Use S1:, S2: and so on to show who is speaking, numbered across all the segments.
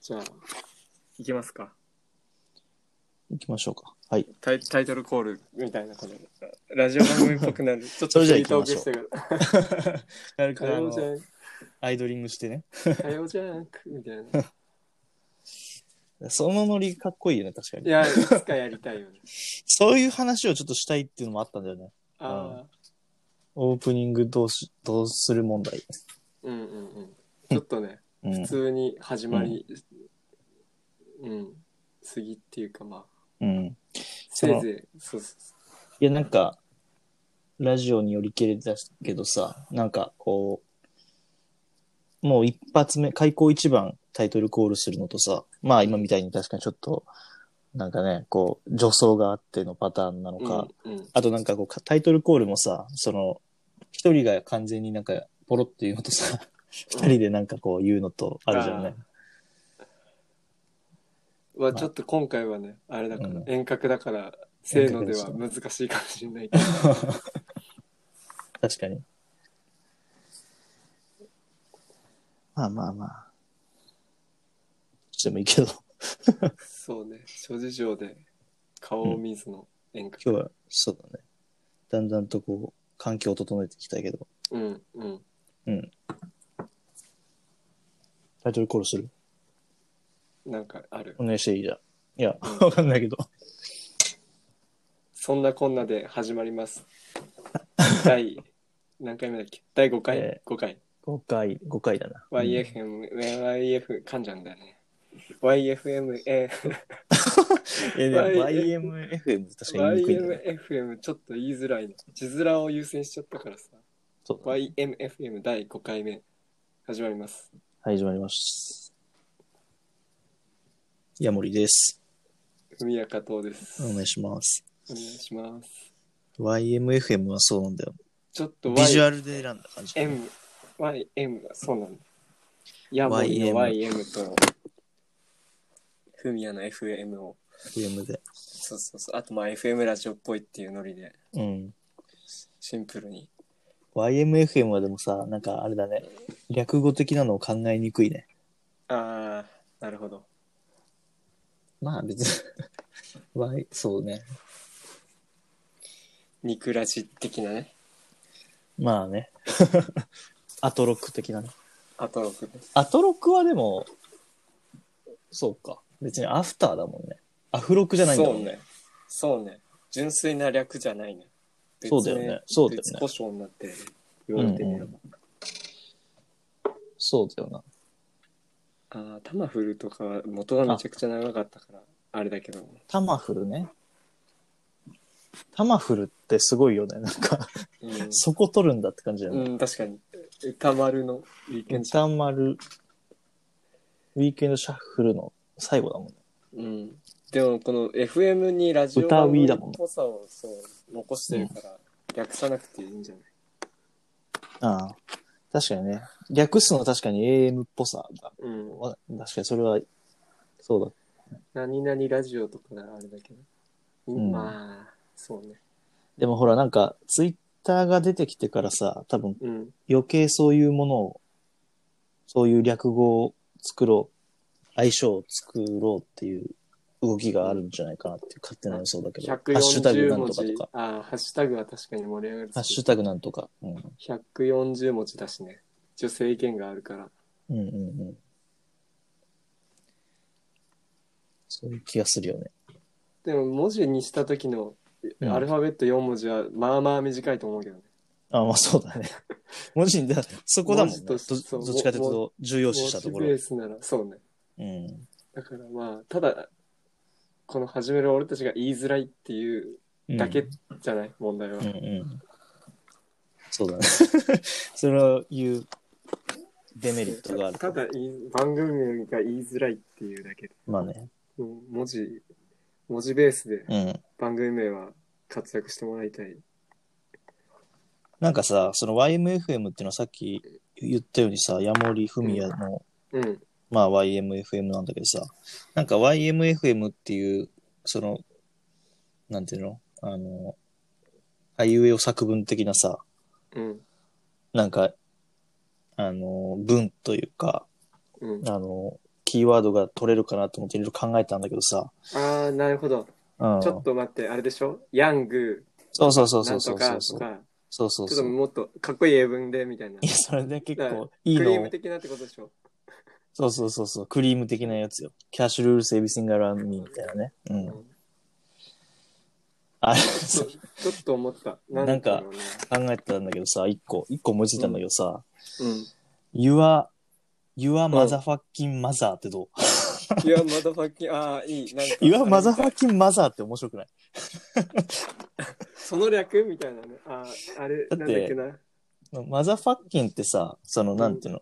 S1: じゃあ、いきますか。
S2: 行きましょうか。はい。
S1: タイタイトルコールみたいなことで。ラジオ番組っぽくな る。ちょっとフリートークしてくる。
S2: なる
S1: 火
S2: かあ
S1: 曜
S2: の
S1: ジ、ャン
S2: アイドリングしてね。
S1: ク、火曜ジャンクみたいな。
S2: そのノリかっこいいよね、確か
S1: い
S2: に。
S1: や、いつかやりたいよね。
S2: そういう話をちょっとしたいっていうのもあったんだよね。
S1: ああ。
S2: オープニングどうし、どうする問題。
S1: うんうんうん。ちょっとね、
S2: う
S1: 普
S2: ん。
S1: 通に始まり、うん、過ぎっていうかまあ、
S2: うん。そ
S1: せい
S2: の
S1: ぜい、そうそうそ
S2: いや、なんか、ラジオによりけれたけどさ、なんかこう、もう一発目、開口一番タイトルコールするのとさ、まあ今みたいに確かにちょっと、なんかね、こう、助走があってのパターンなの
S1: う。
S2: か、
S1: うんうん
S2: あとなんかこうか、タイトルコールもさ、その、一人が完全になんか、ポロっていうのとさ、二人でなんかこう言うのとあるじゃんね。
S1: まあちょっと今回はね、あれだから、
S2: うん
S1: 遠隔だから、せーのでは難しいかもしれないけど。
S2: 確かに。まあまあまあ。してもいいけど、
S1: そうね、諸事情で顔を見ずの遠隔。
S2: 今日は、そうだね。だんだんとこう、環境を整えていきたいけど。
S1: うんうん。
S2: うん。タイトルコールする
S1: なんかある。
S2: お願いしていいじゃん。いや、わかんないけど。
S1: そんなこんなで始まります。 第、何回目だっけ第5回
S2: え
S1: ?5 回。
S2: 5回、5回だな。
S1: YFM、YF、噛んじゃうんだよね。YFM、え
S2: え、でも YMFM 確かに言いにくいんだね。
S1: YMFM、ちょっと言いづらいな。字面を優先しちゃったからさ。
S2: そうだね
S1: YMFM 第5回目、始まります。
S2: はい、始まります。ヤモリです。
S1: ふみやかとうです。
S2: お願いします。
S1: お願いします。
S2: YMFM はそうなんだよ。
S1: ちょっと
S2: ビジュ
S1: Y、
S2: アルで選んだ感じ。
S1: M、YM がそうなんだ。ヤモリの YM と、ふみやの FM を、
S2: FM で。
S1: そうそうそう、あとまあ FM ラジオっぽいっていうノリで、
S2: うん。
S1: シンプルに。
S2: YMFM はでもさ、なんかあれだね。略語的なのを考えにくいね。
S1: あー、なるほど。
S2: まあ別に Y、そうね。
S1: 肉ラジ的なね、
S2: まあね。 アトロック的なね。
S1: アトロクです。
S2: アトロックはでも、そうか。別にアフターだもんね。アフロックじゃないんだ
S1: そ
S2: も
S1: うん
S2: ね。
S1: ね。そうね。純粋な略じゃないね。
S2: そうだよねそうだよね
S1: 別故障になってる言われてみれば。
S2: そうだよな。
S1: ああ、タマフルとかは元がめちゃくちゃ長かったから、あれだけど。
S2: タマフルね。タマフルってすごいよね。なんか、
S1: うん、
S2: そこ取るんだって感じだよね。
S1: うん、確かに。歌丸のウィーケンド
S2: 歌丸、ウィークエンドシャッフルの最後だもんね。
S1: うん。でも、この FM にラジオ
S2: 歌ウィーだ
S1: っ
S2: もん
S1: ぽさをそう残してるから、略さなくていいんじゃない
S2: ああ。確かにね。略すのは確かに AM っぽさだ。
S1: うん。
S2: わ確かにそれは、そうだ。
S1: 何々ラジオとかならあれだけど。
S2: ん
S1: まあ、そうね。
S2: でもほら、なんか、ツイッターが出てきてからさ、多分
S1: うん。
S2: 余計そういうものを、そういう略語を作ろう、相性を作ろうっていう動きがあるんじゃないかなっていう勝手な予想だけど、ハッシュタグ
S1: 140
S2: なん
S1: 文
S2: とか
S1: 字
S2: とか。、
S1: ああ、ハッシュタグは確かに盛り上がる。
S2: ハッシュタグなんとか。うん、うん
S1: 140文字だしね。一応制限があるから。
S2: うんうん。そういう気がするよね。
S1: でも文字にした時の
S2: うん
S1: アルファベット4文字はまあまあ短いと思うけどね。
S2: あ、まあそうだね。 文字に、だそこだもんね。
S1: 文
S2: ど
S1: 字とそう
S2: どっちかというと重要視したとこ
S1: 文
S2: ろ
S1: 字ベー。スなら、そうね。
S2: うん。
S1: だからまあ、ただ、この始める俺たちが言いづらいっていうだけじゃない、問題は
S2: うん。うん。そうだね。 それは言うデメリットがある。
S1: ただ言い番組が言いづらいっていうだけで、
S2: まあね。
S1: うん文字、文字ベースで
S2: うん。
S1: 番組名は活躍してもらいたい。
S2: なんかさ、その YMFM っていうのはさっき言ったようにさ、ヤモリフミヤの、
S1: うん。
S2: まあ YMFM なんだけどさ、なんか YMFM っていう、その、なんていうのあの、あいうえお作文的なさ、
S1: うん。
S2: なんか、あの、文というか、
S1: うん。
S2: あの、キキーワードが取れるかなと思っていろいろ考えたんだけどさ。
S1: ああ、なるほど。
S2: うん。
S1: ちょっと待って、あれでしょヤング、
S2: そうそうそう
S1: な
S2: そ
S1: ん
S2: うそ
S1: と
S2: う
S1: か
S2: そ
S1: と
S2: う。
S1: か、
S2: そうそう
S1: ちょっと
S2: そう。
S1: もっとかっこいい英文でみたいな。
S2: いや、それで結
S1: だから
S2: 構いい
S1: ク
S2: の
S1: リーム
S2: を。
S1: 的なってことでしょ
S2: そうそうそうそう。クリーム的なやつよ。キャッシュルールセービスングアランミーみたいなね。うん。あれ、
S1: ち
S2: そ
S1: ょ
S2: う
S1: ちょっと思った。
S2: なんか
S1: だろうね
S2: 考えてたんだけどさ、一個、一個思いついたんだけどさ、
S1: うん。
S2: Your, Your Motherfucking Mother ってどう
S1: いや、まだファッキン、ああ、いい。なんか
S2: ?Your
S1: あれ
S2: Motherfucking Mother って面白くない
S1: その略みたいなね。ああ、あれ、
S2: だ
S1: な
S2: って
S1: んだっけな。
S2: マザーファッキンってさ、その、なんていうの、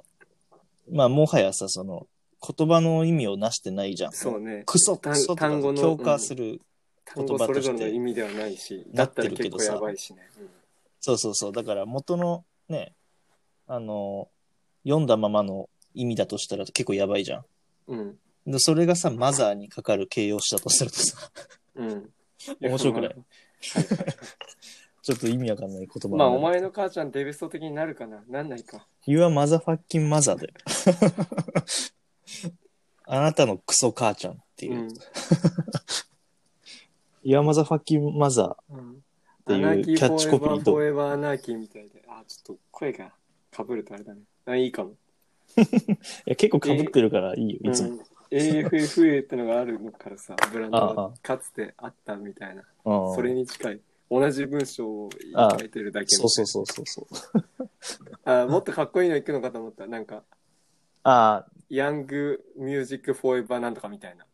S2: まあ、もはやさ、その、言葉の意味をなしてないじゃん。
S1: そうね。
S2: クソ、
S1: 単
S2: クソとか
S1: 単語の
S2: 強化する、
S1: 単語それぞれの意味ではないし、だ
S2: なっ
S1: った
S2: て
S1: ら
S2: るけ
S1: 結
S2: ど
S1: 構
S2: さ
S1: やばいしね。うん
S2: そうそうそう。だから、元のね、あの、読んだままの意味だとしたら結構やばいじゃ
S1: うん。
S2: ん。でそれがさ、マザーにかかる形容詞だとするとさ、
S1: うん。
S2: 面白くないちょっと意味わかんない言葉
S1: まあ、お前の母ちゃんデビスト的になるかななんないか。
S2: You are motherfucking mother だよ。 あなたのクソ母ちゃんっていうう。
S1: ん。
S2: You are motherfucking mother
S1: うん
S2: ていう
S1: アナーキー
S2: キャッチコピーどう
S1: フォーエバーフォーエバーアナーキーみたいで。あ、ちょっと声がかぶるとあれだね。あ、いいかも。
S2: いや結構被ってるからいいよ、いつ
S1: うん AFFA ってのがあるのからさ、ブランド
S2: ああ
S1: がかつてあったみたいな。
S2: も。うん
S1: それに近い。同じ文章を
S2: ああ
S1: 書いてるだけみたい
S2: そ
S1: な
S2: うそうそうそうそう。
S1: あもっとかっこいいのいくのかと思った。なんか、
S2: あ
S1: ヤングミュージックフォーエバーなんとかみたいな。
S2: ー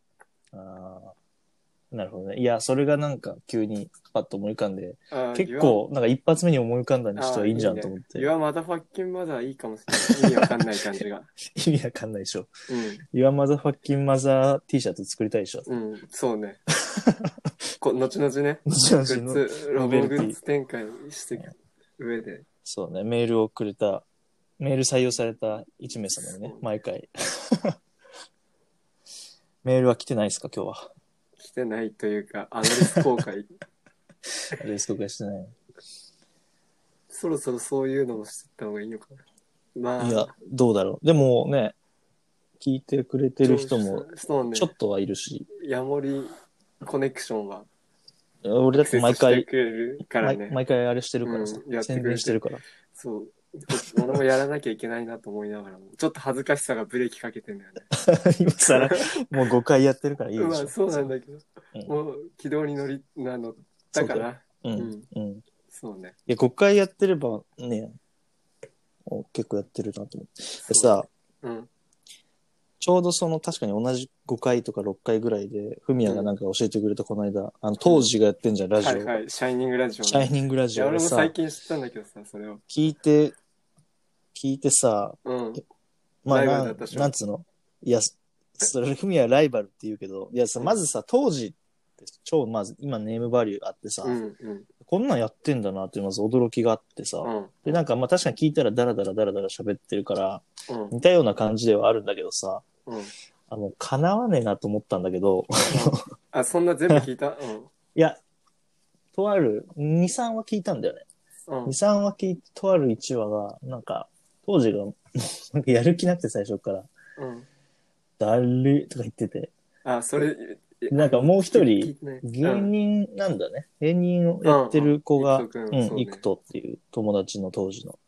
S2: あー。なるほどね。いや、それがなんか急にパッと思い浮かんで、
S1: あ
S2: 結構なんか一発目に思い浮かんだにしてはいいんじゃんと思って。
S1: いや、まだファッキンまだいいかもしれない。意味わかんない感じが。
S2: 意味わかんないでしょ。
S1: う
S2: Your motherfucking mother T シャツ作りたいでしょ。
S1: ん、うん、そう ね。こ後々ね、
S2: 後
S1: グ
S2: 々の
S1: ッズ、ロボグッズ展開していく上で。
S2: そうね、メールをくれた、メール採用された1名様にね
S1: そう、
S2: 毎回。 メールは来てないですか、今日は。
S1: 来てないというか、アドレス公 開。
S2: アドレス公開してない。
S1: そろそろそういうのもしてった方がいいのかな。まあ、
S2: いや、どうだろう。でもね、聞いてくれてる人も、
S1: そうね
S2: ちょ、っとはいるし、
S1: ヤモリコネクションは、
S2: 俺だって毎回
S1: して、くれるから
S2: 毎
S1: ね。
S2: 毎回あれしてるからさ
S1: うんや、ってくれ
S2: 宣
S1: て
S2: 伝してるから。
S1: そう。俺もやらなきゃいけないなと思いながらも、ちょっと恥ずかしさがブレーキかけてんだよね。
S2: 今更、もう5回やってるからいいでしょ。
S1: まあ そうなんだけど、
S2: うん
S1: もう軌道に乗り、なの、だから、
S2: うん。
S1: うん
S2: うん。
S1: そうね。
S2: いや、5回やってればね、お結構やってるなと思って。でさ、
S1: うん。
S2: ちょうどその確かに同じ5回とか6回ぐらいで、フミヤがなんか教えてくれたこの間、あの、当時がやってんじゃん、ラジオ。
S1: はいはい、シャイニングラジオね。
S2: シャイニングラ
S1: い
S2: ジ
S1: や
S2: オ
S1: 俺
S2: で
S1: も
S2: さ、
S1: 最近知ったんだけどさ、それを。
S2: 聞いて、聞いてさ、
S1: うん。
S2: まあ、
S1: ライバル
S2: な
S1: だっ
S2: ん
S1: たでしょ
S2: なんつうのいや、それ、フミヤライバルって言うけど、いやさ、まずさ、当時って超、まず、今ネームバリューあってさ、
S1: うんうん
S2: こんなんやってんだなって、まず驚きがあってさ、
S1: うん
S2: で、なんかまあ確かに聞いたらダラダラダラダラ喋ってるから、
S1: うん
S2: 似たような感じではあるんだけどさ、
S1: うん。
S2: あの、叶わねえなと思ったんだけど、
S1: あ、そんな全部聞いたうん
S2: いや、とある、2、3話聞いたんだよね。
S1: うん
S2: 2、3話聞いて、とある1話が、なんか、当時が、 なんかやる気なくて最初から、
S1: うん。
S2: だるいとか言ってて、
S1: あ、それ、
S2: なんかもう一人
S1: 聞いてない
S2: 芸
S1: うん
S2: 人なんだね。芸人をやってる子が、
S1: う
S2: うん
S1: うん
S2: ん、
S1: い
S2: い
S1: く
S2: く
S1: と
S2: とっていう友達の当時の。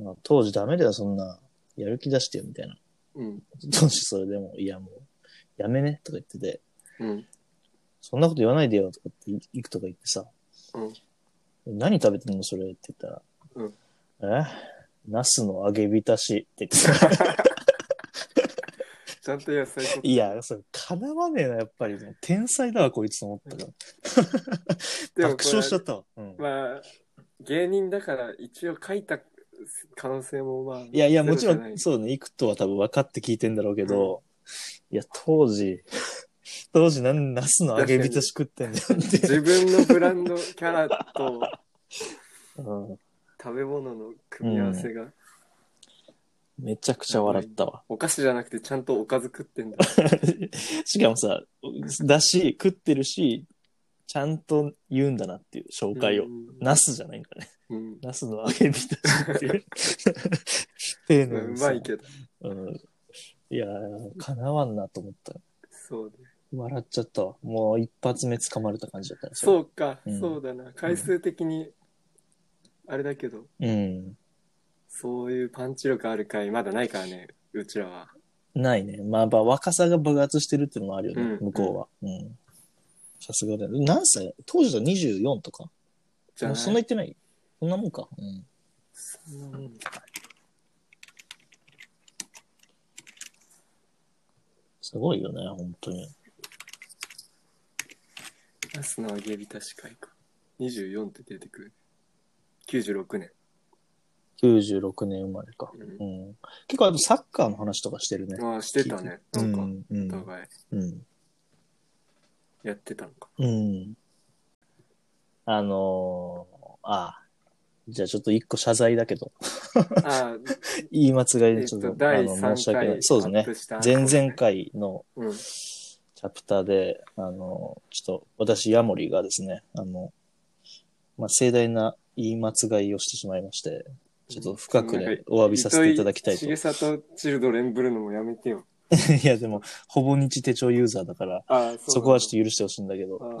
S2: あ当時ダメだよ、そんな。やる気出してよ、みたいな。
S1: うん。
S2: 当時それでも、いやもう、やめね、とか言ってて。
S1: うん。
S2: そんなこと言わないでよとかって、行くとか言ってさ、
S1: うん
S2: 何食べてんのそれって言ったら、えナスの揚げ浸しって言ってた。
S1: ちゃんと野菜と
S2: いや、それ、かなわねえな、やっぱり。もう天才だわ、こいつと思ったから。爆笑しちゃったわ。うん
S1: まあ、芸人だから一応書いた可能性もまあ。
S2: いやいや、もちろ
S1: ゼロ
S2: ん、
S1: じ
S2: そうね、行くとは多分分かって聞いてんだろうけど、いや、当時、当時なん、ナスの揚げ浸し食ってんだよ っ
S1: ゃな
S2: て。
S1: い自分のブランド、キャラと
S2: うん
S1: 食べ物の組み合わせが、
S2: めちゃくちゃ笑ったわ。
S1: お菓子じゃなくてちゃんとおかず食ってんだ。
S2: しかもさ、だし、食ってるし、ちゃんと言うんだなっていう紹介
S1: う。
S2: を
S1: ん
S2: ナスじゃないんだね。
S1: うん。
S2: ナスの 揚げ浸しっていう。丁
S1: まあ
S2: 寧
S1: う
S2: にさ
S1: まいけど。
S2: うん。いいやー、かなわんなと思った。
S1: そうね。
S2: 笑っちゃったわ。もう一発目掴まれた感じだったね
S1: そうか、
S2: うん
S1: そうだな。回数的に、あれだけど、
S2: れうん。
S1: そういうパンチ力ある回、まだないからね、うちらは。
S2: ないね。まあ、やっぱ若さが爆発してるっていうのもあるよね、
S1: うん
S2: 向こうは。うん。さすがだよ。何歳当時だと24とか
S1: じゃあ、
S2: そんな言ってないそんなもんか。うん。
S1: そんなもんじゃない
S2: すごいよね、本当に。
S1: ナスの揚げ浸し会か。24って出てくる。96年。
S2: 96年生まれか。
S1: う
S2: うん。結構あとサッカーの話とかしてるね。
S1: ん、ああ、してたね。なんか、
S2: う
S1: お
S2: ん。
S1: 互い
S2: うん。
S1: やってたのか。
S2: うん。あのー、ああ。じゃあちょっと一個謝罪だけど、
S1: ああ、
S2: 言い間違い
S1: え
S2: で
S1: っ
S2: ちょっと、
S1: と、第
S2: あの、申し
S1: 3
S2: 訳ない。
S1: 回。
S2: そうですね。
S1: す
S2: 前々。回の
S1: うん。
S2: チャプターで、あの、ちょっと私、ヤモリがですね、あの、まあ、盛大な言い間違いをしてしまいまして、ちょっと深く
S1: なん
S2: ね
S1: か、
S2: お詫びさせていただきたいと。
S1: 糸井重里チルドレンブルのもやめてよ。
S2: いや、でも、ほぼ日手帳ユーザーだから、
S1: ああ、
S2: そこはちょっと許してほしいんだけど、
S1: ょっ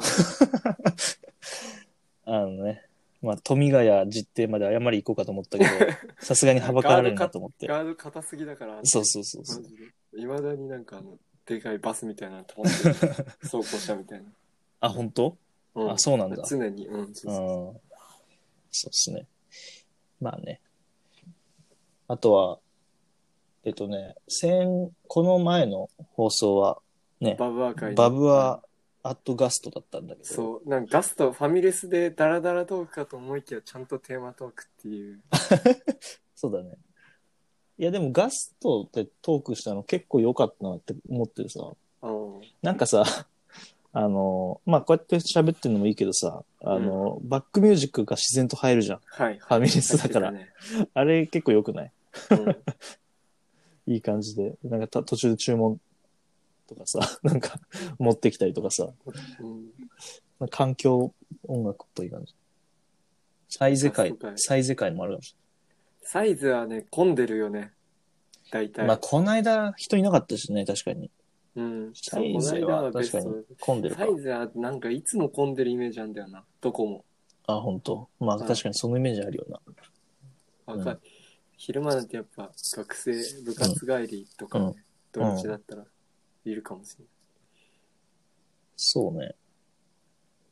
S2: あのね、まあ、富ヶ谷実定まで謝り行こうかと 思ったけど、さすがにはばかられるなと思って。
S1: ガード硬すぎだから。
S2: そうそうそうそう
S1: マ。ジで。いまだになんかあの、でかいバスみたいなの止まってる。 走行車みたいな。
S2: あ、本当、
S1: うん
S2: あ、そうなんだ。
S1: 常に、うん、そう
S2: うん
S1: そう。
S2: そうですね。まあね。あとは、えっとね、先、この前の放送は、ね、
S1: バブアー会に
S2: バブはアットガストだったんだけど、
S1: そう、なんかガスト、ファミレスでダラダラトークかと思いきや、ちゃんとテーマトークっていう。
S2: そうだね。いやでもガストでトークしたの結構良かったなって思ってるさ、
S1: あの
S2: なんかさ、 あの、まあ、こうやって喋ってるのもいいけどさ、あの、バックミュージックが自然と入るじゃん。
S1: はい。
S2: ファミレ スだから
S1: 入って
S2: あれ結構良くない
S1: たね
S2: いい感じで、なんかた途中で注文とかさ、 なんか持ってきたりとかさ、
S1: うんうん
S2: なんか環境音楽っぽい感じ。サイゼ界
S1: あそうか、い
S2: サイゼ界もあるかもし
S1: サイズはね、混んでるよね。大
S2: れな
S1: 体。
S2: い。まあ、こないだ人いなかったしね、確かに。
S1: うん。
S2: サイゼは確かに混んでるか
S1: サ。イズはなんかいつも混んでるイメージなんだよな。どこも。
S2: あ、本当。まあ、
S1: うん
S2: 確かにそのイメージあるよな。
S1: 若い。
S2: うん
S1: 昼間なんてやっぱ学生、部活帰りとか、
S2: うん
S1: ね土日だったらいるかもしれない。
S2: そうね。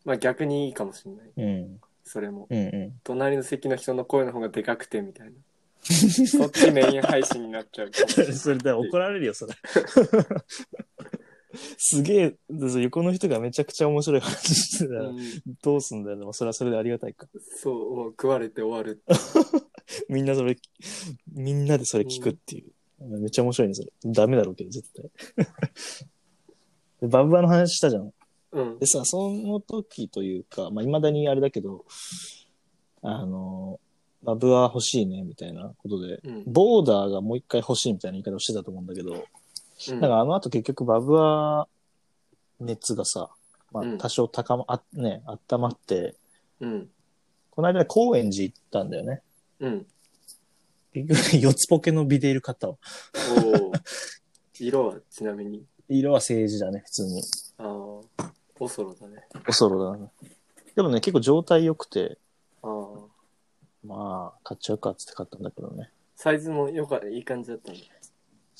S1: まあ逆にいいかもしれない。
S2: うん。
S1: それも。
S2: うんう。
S1: 隣の席の人の声の方がでかくてみたいな。そっちメイン配信になっちゃうかもしれなんい。
S2: それだ、怒られるよ、そ れ。すげえ、横の人がめちゃくちゃ面白い話してたら
S1: う、ん
S2: どうすんだよ。でも、それはそれでありがたいか。
S1: そう、もう食われて終わる。
S2: みんなそれ、みんなでそれ聞くっていう。めっちゃ面白いね、それ。ダメだろうけど、絶対。でバブバの話したじゃん。
S1: うん
S2: で。さ、その時というか、まあ、未だにあれだけど、あの、バブは欲しいね、みたいなことで、
S1: うん。
S2: ボーダーがもう一回欲しいみたいな言い方をしてたと思うんだけど、
S1: うん
S2: だからあの後結局バブは熱がさ、まあ
S1: うん、
S2: 多少高ま、あ、ね、温まって、
S1: うん。
S2: この間高円寺行ったんだよね。
S1: うん。
S2: 結局、四つポケのビデール買ったわ
S1: おー色はちなみに、
S2: 色は政治だね、普通に。
S1: あーオソロだね。
S2: おそろだな。でもね、結構状態良くて、
S1: あー
S2: まあ、買っちゃうかっつって買ったんだけどね。
S1: サイズもよかいい感じだったね。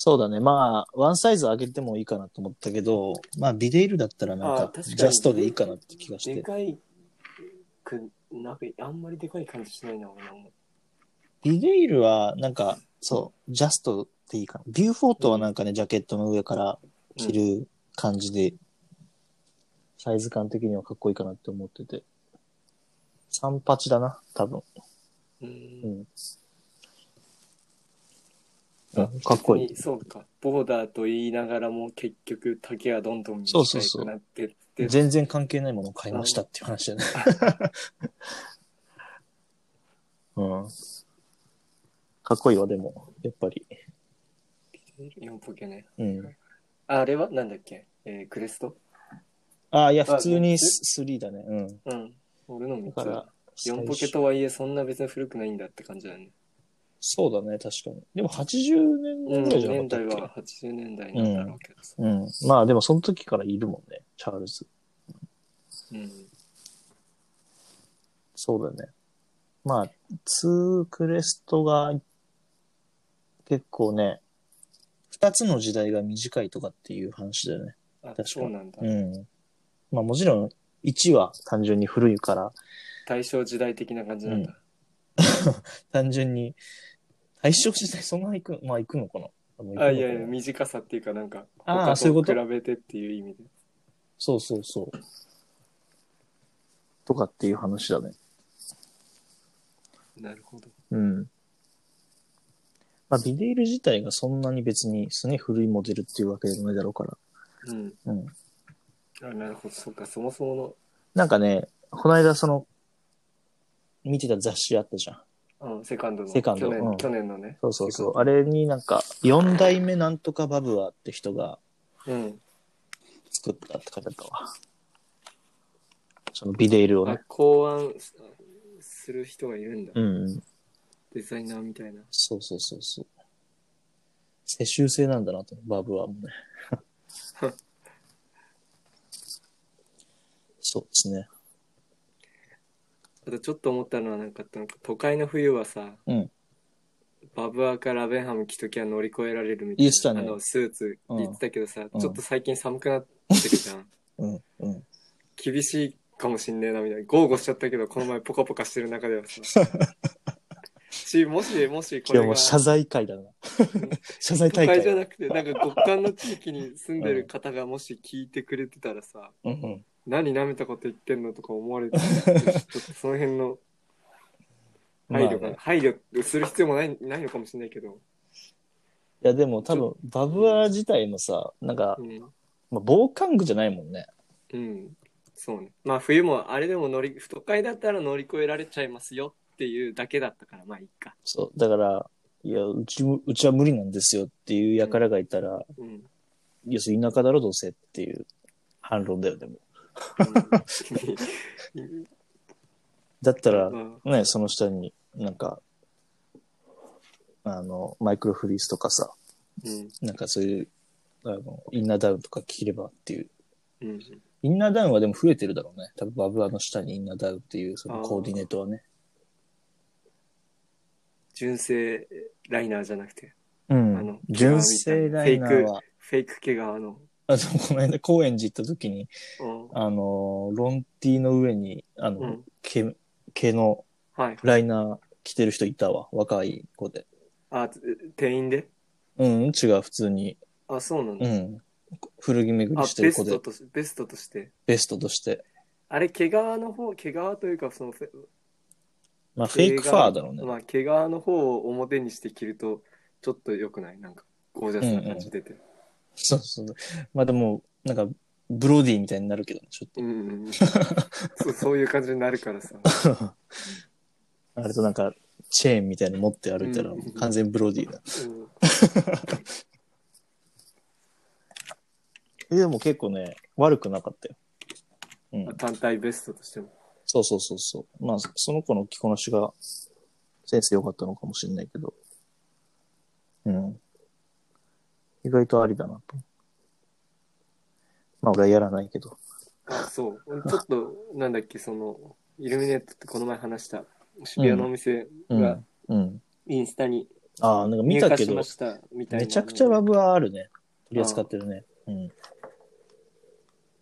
S2: そうだね。まあ、ワンサイズ上げてもいいかなと思ったけど、まあ、ビデールだったらなん
S1: あ
S2: か
S1: 確、かに
S2: ジャストでいいかなって気がし
S1: で
S2: て。
S1: かいく、なんかあんまりでかい感じしないな、俺も。
S2: ビデールは、なんか、そう、ジャストでいいかな。ビューフォートはなんかね、ジャケットの上から着る感じで、サイズ感的にはかっこいいかなって思ってて。38だな、多分。
S1: う。
S2: うんん。うん、かっこいい。
S1: そうか。ボーダーと言いながらも結局竹はどんどん
S2: そうそうそう
S1: 短くなってって。
S2: 全然関係ないものを買いましたっていう話 だね。うん。かっこいいわ、でも、やっぱり。
S1: 4ポケね。
S2: うん。
S1: ああれはなんだっけえークレスト
S2: ああ、いや、普通にス3だね。うん。
S1: うん。俺の
S2: だ
S1: 3
S2: から
S1: つ。、4ポケとはいえそんな別に古くないんだって感じだね。
S2: そうだね、確かに。でも80年
S1: う
S2: 代
S1: ん、
S2: ぐらいじゃなかっ
S1: 年
S2: たっ
S1: 代
S2: け、
S1: は80年代なんだろうけどさ。
S2: うん。まあでもその時からいるもんね、チャールズ。
S1: うん。
S2: そうだよね。まあ、ツークレストが結構ね、二つの時代が短いとかっていう話だよね。
S1: あ
S2: 確、かに
S1: そうなんだ。
S2: うん。まあもちろん1は単純に古いから、
S1: 大正時代的な感じなんだ。
S2: 単純に大正時代そんな行く、まあ行くのかなあの行くのかな
S1: あ、いやいや、短さっていうかなんか、
S2: あー
S1: 他
S2: そういうこと
S1: 比べてっていう意味で。
S2: そうそうそう。とかっていう話だね。
S1: なるほど。
S2: うん。まあ、ビデール自体がそんなに別にすげえ古いモデルっていうわけでもないだろうから。
S1: うん。
S2: うん。
S1: あ、なるほど。そっか、そもそも
S2: なんかね、この間その、見てた雑誌あったじゃん。
S1: の、うん、セカンドの。
S2: セカン
S1: 去
S2: ド
S1: 年、
S2: うん
S1: 去年のね。
S2: そうそうそう。
S1: セ
S2: あれになんか、4代目なんとかバブアーって人が
S1: カンド。
S2: 作ったって書いてあったわ。そのビデール
S1: う
S2: を
S1: ん。あ
S2: ね。、
S1: 考案すする人がいるんだ。
S2: うんうん。
S1: デザイナーみたいな。
S2: そうそうそうそう。世襲制なんだなと、バブアーも ね。そうですね。
S1: あとちょっと思ったのはなんか、なんか都会の冬はさ、
S2: うん
S1: バブアーかラベンハム着ときは乗り越えられるみたいな。
S2: 言ってたね
S1: あの、スーツ
S2: うん
S1: 言ってたけどさ、
S2: うん
S1: ちょっと最近寒くなってるじ ゃん。
S2: うんうん。
S1: 厳しいかもしんねえなみたいな。豪語しちゃったけど、この前ポカポカしてる中では さ。し、もし、もしこ
S2: 今
S1: れ
S2: 日
S1: が
S2: もう謝罪会 だな。謝罪
S1: 都
S2: 大会
S1: 会じゃなくて、なんか極寒の地域に住んでる方がもし聞いてくれてたらさ、
S2: うんうん。
S1: 何舐めたこと言ってんのとか思わ れてたら、ちょっとその辺の配慮
S2: ま
S1: が、
S2: あね
S1: 配慮する必要もないないのかもしれないけど、
S2: いやでも多分、バブアー自体のさ、なんか
S1: う、ん、
S2: まあ、防寒具じゃないもんね。
S1: うん、そうね。まあ冬もあれでも乗り、不都会だったら乗り越えられちゃいますよっていうだけだったから、まあいいか。
S2: そう。だから、いや、うちも、うちは無理なんですよっていう輩がいたら、
S1: うん。う ん、
S2: 要するに田舎だろどうせっていう反論だよ、でも。だったら、
S1: うん
S2: ね、その下になんか、あの、マイクロフリースとかさ、
S1: うん、
S2: なんかそういう、あの、インナーダウンとか着ればっていう。
S1: うん。
S2: インナーダウンはでも増えてるだろうね。多分バブアの下にインナーダウンっていうそのコーディネートはね。
S1: 純正ライナーじゃなくて、あ
S2: う
S1: の
S2: ん。純正ライナーは、
S1: フェイク毛があの、
S2: あの、この間高円寺行った時に、
S1: うん、
S2: あの、ロンティの上に、あの、
S1: うん
S2: 毛、毛の
S1: はい。
S2: ライナー着てる人いたわ。若い子で。
S1: あ、つ店員で
S2: うん、違う、普通に。
S1: あ、そうなんだ。
S2: うん。古着巡
S1: あ
S2: りし、て
S1: ベ
S2: る子
S1: ス
S2: で
S1: ト、とし、ベストとして。
S2: ベストとして。
S1: あれ、毛皮の方、毛皮というか、その、フェ
S2: まあ、フェイクファーだろうね。
S1: まあ、毛皮の方を表にして着ると、ちょっと良くないなんか、ゴージャスな感じ出て。
S2: そうそう。まあでも、なんか、ブロディみたいになるけどね、ちょっ
S1: うん、うん、うん。そう、そういう感じになるからさ。
S2: と。あれとなんか、チェーンみたいに持って歩いたら
S1: うんうん、
S2: 完全ブロディだ。
S1: うん
S2: でも結構ね、悪くなかったよ。うん
S1: まあ、。単体ベストとしても。
S2: そうそうそうそう。まあ、その子の着こなしが、センス良かったのかもしれないけど。うん。意外とありだなと。まあ、俺はやらないけど。
S1: あ、そう。ちょっと、なんだっけ、その、イルミネートってこの前話した、渋谷のお店
S2: う
S1: が、
S2: ん。うん。
S1: インスタに
S2: ああ、なんか見
S1: 入
S2: た
S1: 荷
S2: け
S1: し
S2: ど
S1: ま、したみたいな。
S2: めちゃくちゃバブはあるね。取り扱ってるね。うん。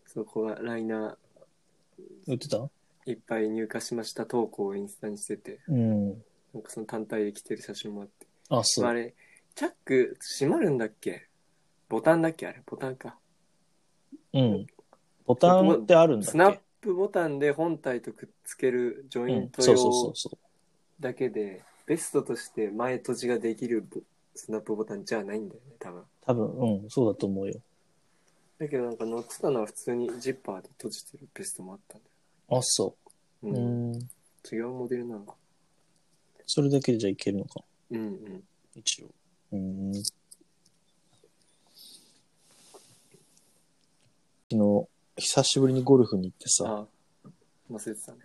S1: そこはライナ
S2: 売ってた
S1: ーいっぱい入荷しました投稿をインスタにしてて、
S2: うん。
S1: なんかその単体で着てる写真もあって。
S2: あ、
S1: まあ、
S2: そ
S1: あ
S2: う。
S1: れ、チャック閉まるんだっけボタンだっけあれ、ボタンか。
S2: うん。ボタンってあるんだっ
S1: スナッ
S2: け
S1: プボタンで本体とくっつけるジョ
S2: う
S1: イ
S2: ん
S1: ン。ト
S2: そうそうそ
S1: 用
S2: うそ
S1: だけで、ベストとして前閉じができるボスナップボタンじゃないんだよね、多分。
S2: う。多分、うん、そうだと思うよ。
S1: だけどなんか乗ってたのは普通にジッパーで閉じてるベストもあったんだ
S2: あ、そ
S1: よ。
S2: う。
S1: うん。
S2: うん。
S1: 違うモデルなのか。
S2: それだけでじゃあいけるのか。
S1: うんうん。
S2: 一応。うん。昨日、久しぶりにゴルフに行ってさ、
S1: ああ、忘れてたね。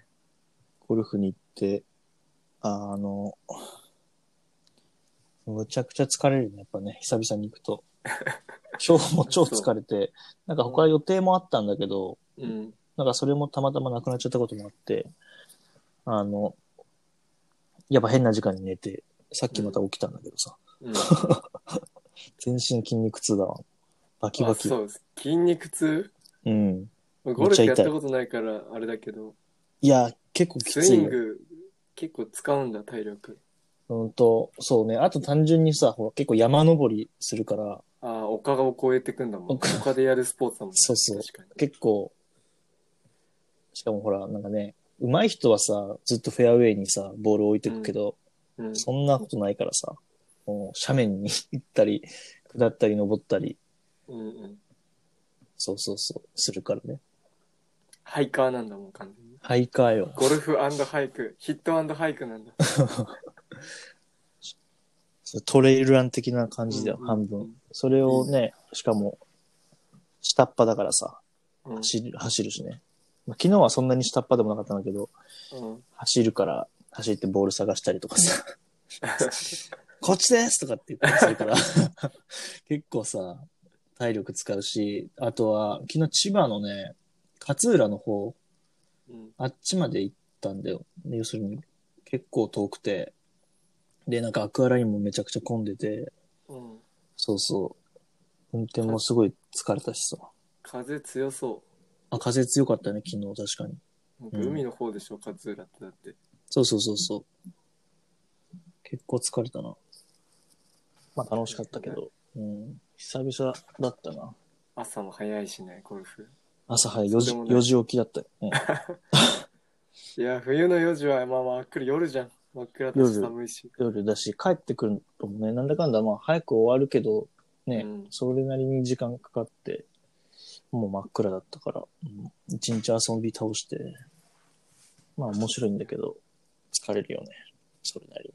S2: ゴルフに行って、あの、むちゃくちゃ疲れるね、やっぱね、久々に行く と。今日も超疲れて、なんか他予定もあったんだけど、
S1: うん。
S2: なんかそれもたまたまなくなっちゃったこともあって、あの、やっぱ変な時間に寝て、さっきまた起きたんだけどさ、
S1: うん。
S2: 全身筋肉痛だわ。バキ
S1: あ
S2: バキ。
S1: そうです。筋肉痛
S2: うん。
S1: ゴルフやったことないからあれだけど、
S2: いや、結構き
S1: ス
S2: つ
S1: イ
S2: い
S1: ン
S2: よ。
S1: グ結構使うんだ、体力。
S2: うんと、そうね。あと単純にさ、ほら結構山登りするから、
S1: ああ、丘を越えてくんだもん。
S2: 丘
S1: 丘でやるスポーツだもん。
S2: そうそう
S1: 確かに。
S2: 結構、しかもほら、なんかね、上手い人はさ、ずっとフェアウェイにさ、ボールを置いてくけど、
S1: うん。
S2: そんなことないからさ、もう斜面に行ったり、下ったり登ったり、
S1: うんうん。
S2: そうそうそう、するからね。
S1: ハイカーなんだもん、完全に。
S2: ハイカーよ。
S1: ゴルフハイク、ヒットハイクなんだ。
S2: トレイルラン的な感じだよ、
S1: うんうん
S2: 半分。それをね、しかも、下っ端だからさ、
S1: うん。
S2: 走る走るしね。まあ昨日はそんなに下っ端でもなかったんだけど、
S1: うん
S2: 走るから、走ってボール探したりとかさ、 こっちですとかって言ったりするから、結構さ、体力使うし、あとは、昨日千葉のね、勝浦の方、
S1: うん。
S2: あっちまで行ったんだよ。で要するに、結構遠くて、で、なんかアクアラインもめちゃくちゃ混んでて、
S1: うん。
S2: そうそう、運転もすごい疲れたしさ。
S1: 風強そ
S2: あ、風強かったね、昨日確かに。
S1: う。なんか海の方でしょ、勝浦ってだって。
S2: そうそうそうそう。結構疲れたな。まあ楽しかったけど、うん、久々だったな。
S1: 朝も早いしね、ゴルフ。
S2: 朝早い4時、
S1: とんでもない
S2: 4時起きだったよ。うん、
S1: いや、冬の4時は、まあ真っ暗、夜じゃん。真っ暗だし
S2: 夜
S1: 寒いし。
S2: 夜だし、帰ってくるのもね、なんだかんだ、まあ早く終わるけど、ね、
S1: うん
S2: それなりに時間かかって、もう真っ暗だったから、うん一日遊び倒して、まあ面白いんだけど、疲れるよね。それなりに。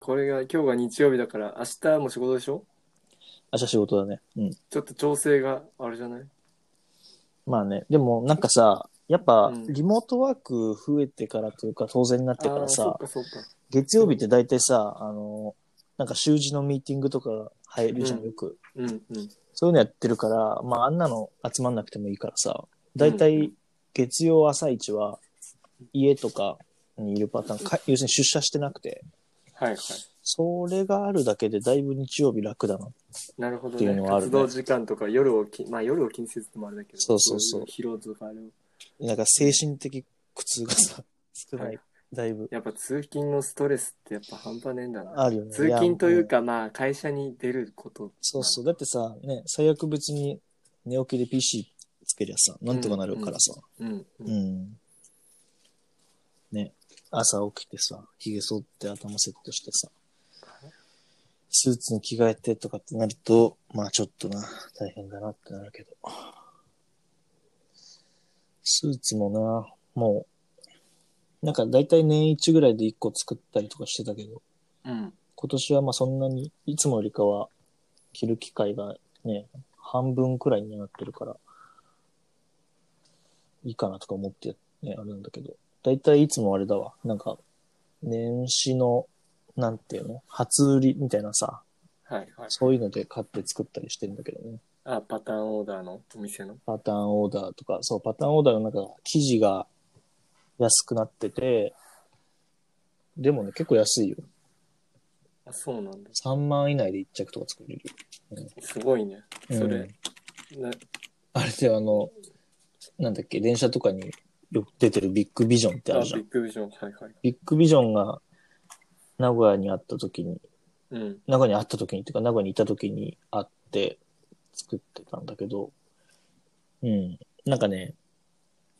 S1: これが、今日が日曜日だから、明日も仕事でしょ
S2: 明日仕事だね。うん。
S1: ちょっと調整があれじゃない
S2: まあね、でもなんかさ、やっぱ
S1: うん
S2: リモートワーク増えてからというか当然になってから
S1: あーそ
S2: さ
S1: っ、かそっか。
S2: 月曜日って大体さ、あの、なんか習字のミーティングとか入るじゃん、
S1: うん
S2: よく。
S1: うんうん。
S2: そういうのやってるから、まああんなの集まんなくてもいいからさ、大体月曜朝一は家とかにいるパターン、か要するに出社してなくて、
S1: はいはい。
S2: それがあるだけでだいぶ日曜日楽だな。
S1: なるほど
S2: ってい
S1: ね。
S2: うのはある
S1: 活
S2: ね
S1: 動時間とか夜をき、まあ夜を気にせずでもあれだけど、
S2: そうそうそう
S1: い疲労とかあれを。
S2: なんか精神的苦痛がさ、少な
S1: はいい。
S2: だいぶ
S1: やっぱ通勤のストレスってやっぱ半端ねえんだな。
S2: あるよね。
S1: 通勤とい
S2: や
S1: うか、まあ会社に出ること。
S2: そうそう。だってさ、ね、最悪別に寝起きで PC つけりゃさ、なんとかなるからさ。
S1: うん。う。
S2: うんん。ね、朝起きてさ、髭剃って頭セットしてさ、スーツに着替えてとかってなると、まあちょっとな、大変だなってなるけど。スーツもな、もう、なんか大体年一ぐらいで一個作ったりとかしてたけど、
S1: うん。
S2: 今年はまあそんなに、いつもよりかは着る機会がね、半分くらいになってるから、いいかなとか思ってね、あるんだけど、だいたいいつもあれだわ、なんか、年始の、なんていうの初売りみたいなさ、
S1: はいはい。
S2: そういうので買って作ったりしてんだけどね。
S1: あ、パターンオーダーのお店の。
S2: パターンオーダーとか、そう、パターンオーダーのなんか、生地が安くなってて、でもね、結構安いよ。
S1: あ、そうなんだ。
S2: 3万以内で1着とか作れるよ。
S1: すごいね。それ、
S2: うん
S1: な
S2: あれであの、なんだっけ、電車とかによく出てるビッグビジョンってあ
S1: あ
S2: るじゃ
S1: ビ
S2: ん
S1: ッ。グビジョン。はいはい。
S2: ビッグビジョンが名古屋にあった時に、
S1: うん。
S2: 名古屋にあった時に、てか名古屋にいた時にあって作ってたんだけど、うん。なんかね、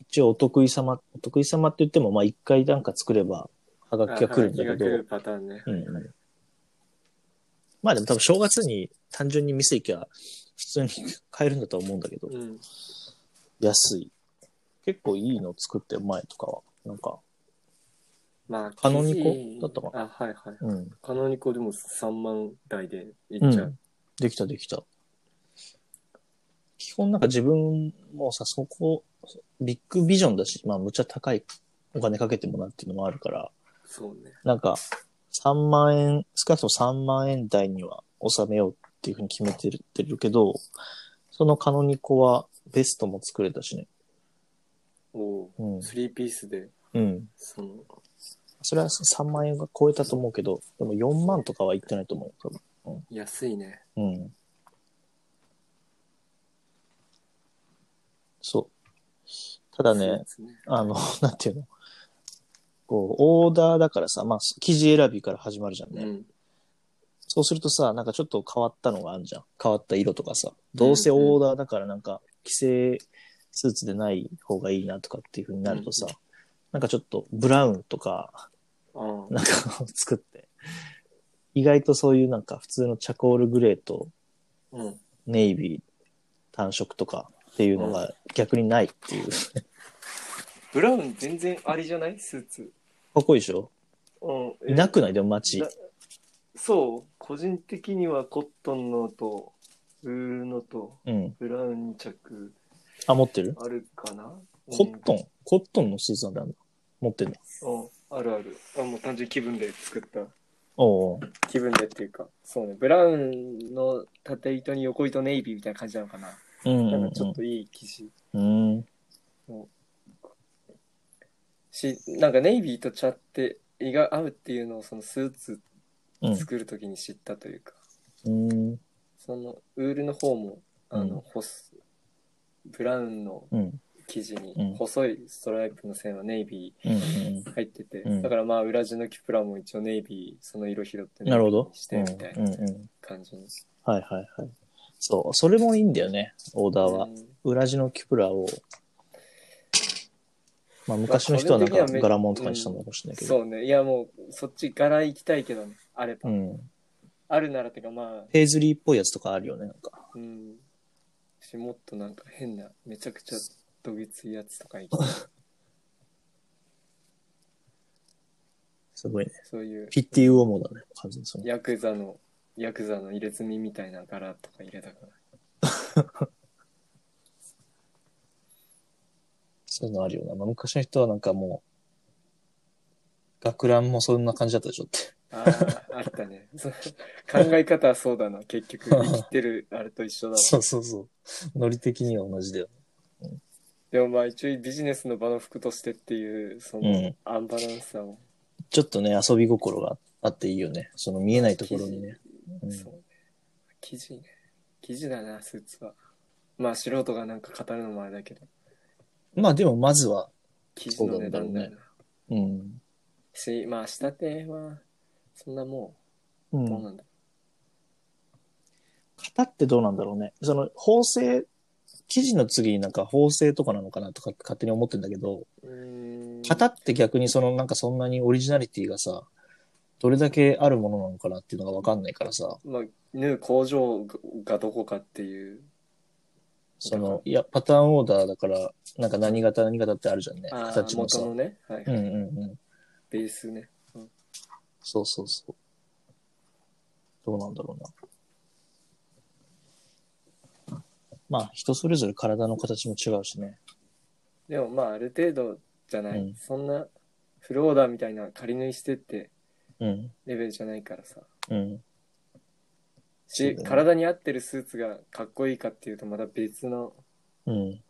S2: 一応お得意様、お得意様って言っても、まあ一回なんか作れば、はがきが来るんだけ
S1: あ気が来
S2: ど
S1: る、パターンね。
S2: うんうん。まあでも多分正月に単純に店行きゃ、普通に 買えるんだとは思うんだけど、
S1: うん。
S2: 安い。結構いいの作って前とかは。なんか、
S1: まあ、
S2: カノニコ
S1: 生地
S2: だったか
S1: あ、はいはい。
S2: うん。
S1: カノニコでも3万台でいっちゃう。
S2: できたできた。基本なんか自分もさ、そこ、ビッグビジョンだし、まあむちゃ高いお金かけてもなっていうのもあるから、
S1: そうね。
S2: なんか、 3万円、少なくとも3万円台には収めようっていうふうに決めてるってるけど、そのカノニコはベストも作れたしね。
S1: お
S2: う
S1: お、
S2: ん。
S1: スリーピースで、
S2: うん。
S1: その、
S2: それは3万円が超えたと思うけど、でも4万とかはいってないと思うよ、多分。
S1: 安いね。
S2: うん。そう。ただ
S1: そう
S2: ね
S1: で、すね。
S2: あの、 なんていうの。こう、オーダーだからさ、まあ、生地選びから始まるじゃんね。
S1: うん。
S2: そうするとさ、なんかちょっと変わったのがあるじゃん。変わった色とかさ。どうせオーダーだからなんか、既製スーツでない方がいいなとかっていう風になるとさ、
S1: うん
S2: なんかちょっとブラウンとか、
S1: ああ。
S2: なんか作って、意外とそういうなんか普通のチャコールグレーと
S1: うん。
S2: ネイビー単色とかっていうのが逆にないっていう。か
S1: ブラウン全然ありじゃないスーツ。
S2: っこいいでしょ
S1: うん。え
S2: いなくないでも街
S1: な。そう、個人的にはコットンのと、ウールのと、
S2: うん。
S1: ブラウン着
S2: あ、持ってる
S1: あるかな
S2: コットン。コットンのスーツなんだ。持ってんの。
S1: うん、うんあるある。あ、もう単純に気分で作った。
S2: おうおう
S1: 気分でっていうか、そうね、ブラウンの縦糸に横糸ネイビーみたいな感じなのかな。
S2: うんう
S1: なん
S2: ん
S1: かちょっといい生地。
S2: うん。うん。
S1: し、なんかネイビーと茶って胃が合うっていうのをそのスーツ
S2: うん。
S1: 作るときに知ったというか、
S2: うん。
S1: そのウールの方も、あの、
S2: うん
S1: 干す、ブラウンの
S2: うん。
S1: 生地
S2: うん
S1: に細いストライプの線はネイビ
S2: うん。
S1: ー入ってて、
S2: うん
S1: だからまあ裏地のキプラも一応ネイビーその色拾ってネイ
S2: なる
S1: ビ
S2: ほ
S1: ー
S2: ど
S1: に。し
S2: う
S1: て
S2: ん。う
S1: み
S2: ん。
S1: たいな
S2: うん。
S1: 感じです。
S2: はいはいはい。そう。それもいいんだよね。オーダーは
S1: う。ん
S2: 裏地のキプラを。まあ昔の人はなん
S1: ま
S2: か
S1: あ個人的にはめ
S2: 柄物とかにしたのかもしれないけど。
S1: そうねいやもうそっち柄行きたいけどねあれば、
S2: うん。
S1: あるならってかまあ
S2: ペイズリーっぽいやつとかあるよね。なんか。
S1: うんしもっとなんか変なめちゃくちゃどぎついやつとか行きたい
S2: すごいね。
S1: そういう
S2: ピッティウォモだね。完全にその。
S1: ヤクザのヤクザの入れ墨みたいな柄とか入れたから
S2: そういうのあるよな。まあ昔の人はなんかもう、学ランもそんな感じだったでしょって。
S1: あ あ、あったね。そう考え方はそうだな。結局、生きてるあれと一緒だわ。
S2: そうそうそう。ノリ的には同じだよ。
S1: でもまあ一応ビジネスの場の服としてっていう、そうの
S2: ん
S1: アンバランスさを、
S2: ちょっとね、遊び心があっていいよね。その見えないところにね。うん
S1: そうね。生地ね。生地だな、スーツは。まあ素人がなんか語るのもあれだけど、
S2: まあでも、まずは、
S1: 生地の値段だよ
S2: そうなんだろう
S1: な。
S2: うん。
S1: し、まあ下手は、そんなも
S2: う。
S1: う、どうんなんだ。
S2: 型ってどうなんだろうね。その、縫製、生地の次になんか縫製とかなのかなとか勝手に思ってんだけど、
S1: うーん。
S2: 型って逆にそのなんかそんなにオリジナリティがさ、どれだけあるものなのかなっていうのがわかんないからさ、
S1: まあ、縫う工場がどこかっていう。
S2: その、いや、パターンオーダーだから、なんか何型何型ってあるじゃんね。
S1: ああ、
S2: 形もさ。
S1: 元
S2: う
S1: の
S2: ん
S1: ね。はい。
S2: うんうん。
S1: ベースね。
S2: そうそうそう。どうなんだろうな。まあ、人それぞれ体の形も違うしね。
S1: でもまあある程度じゃない、
S2: うん
S1: そんなフルオーダーみたいな仮縫いしてって
S2: うん。
S1: レベルじゃないからさ
S2: うん。そう
S1: し、
S2: だね
S1: 体に合ってるスーツがかっこいいかっていうとまた別の
S2: うん。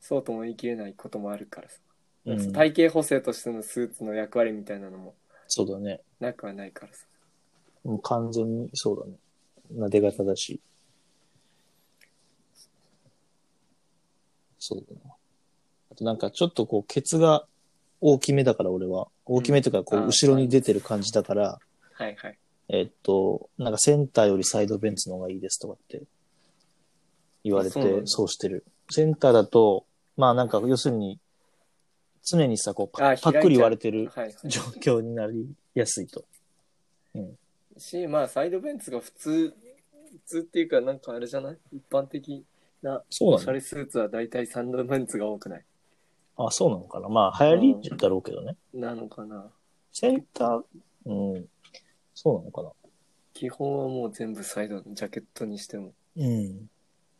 S1: そうとも言い切れないこともあるからさ、
S2: うん、
S1: 体型補正としてのスーツの役割みたいなのも
S2: そうだね。
S1: なくはないからさ
S2: もう完全にそうだね。撫で型だし。そうだな。あとなんかちょっとこう、ケツが大きめだから俺は。大きめというか、こ
S1: あ
S2: う、
S1: ー
S2: 後ろに出てる感じだから、
S1: はいはい
S2: えっと、なんかセンターよりサイドベンツの方がいいですとかって言われ
S1: そうなん
S2: て、
S1: だ
S2: そうしてる。センターだと、まあなんか要するに、常にさ、こう
S1: あ
S2: パ
S1: 開いちゃ
S2: パ
S1: う
S2: ックリ割れてる
S1: はいはい
S2: 状況になりやすいと。
S1: しまあサイドベンツが普通普通っていうかなんかあれじゃない一般的な
S2: そう
S1: お
S2: な
S1: し
S2: の、
S1: ゃれスーツは大体サイドベンツが多くない
S2: あ、そうなのかな。まあ流行りだろうけどね。
S1: なのかな
S2: センター、うん、そうなのかな。
S1: 基本はもう全部サイドのジャケットにしても
S2: うん。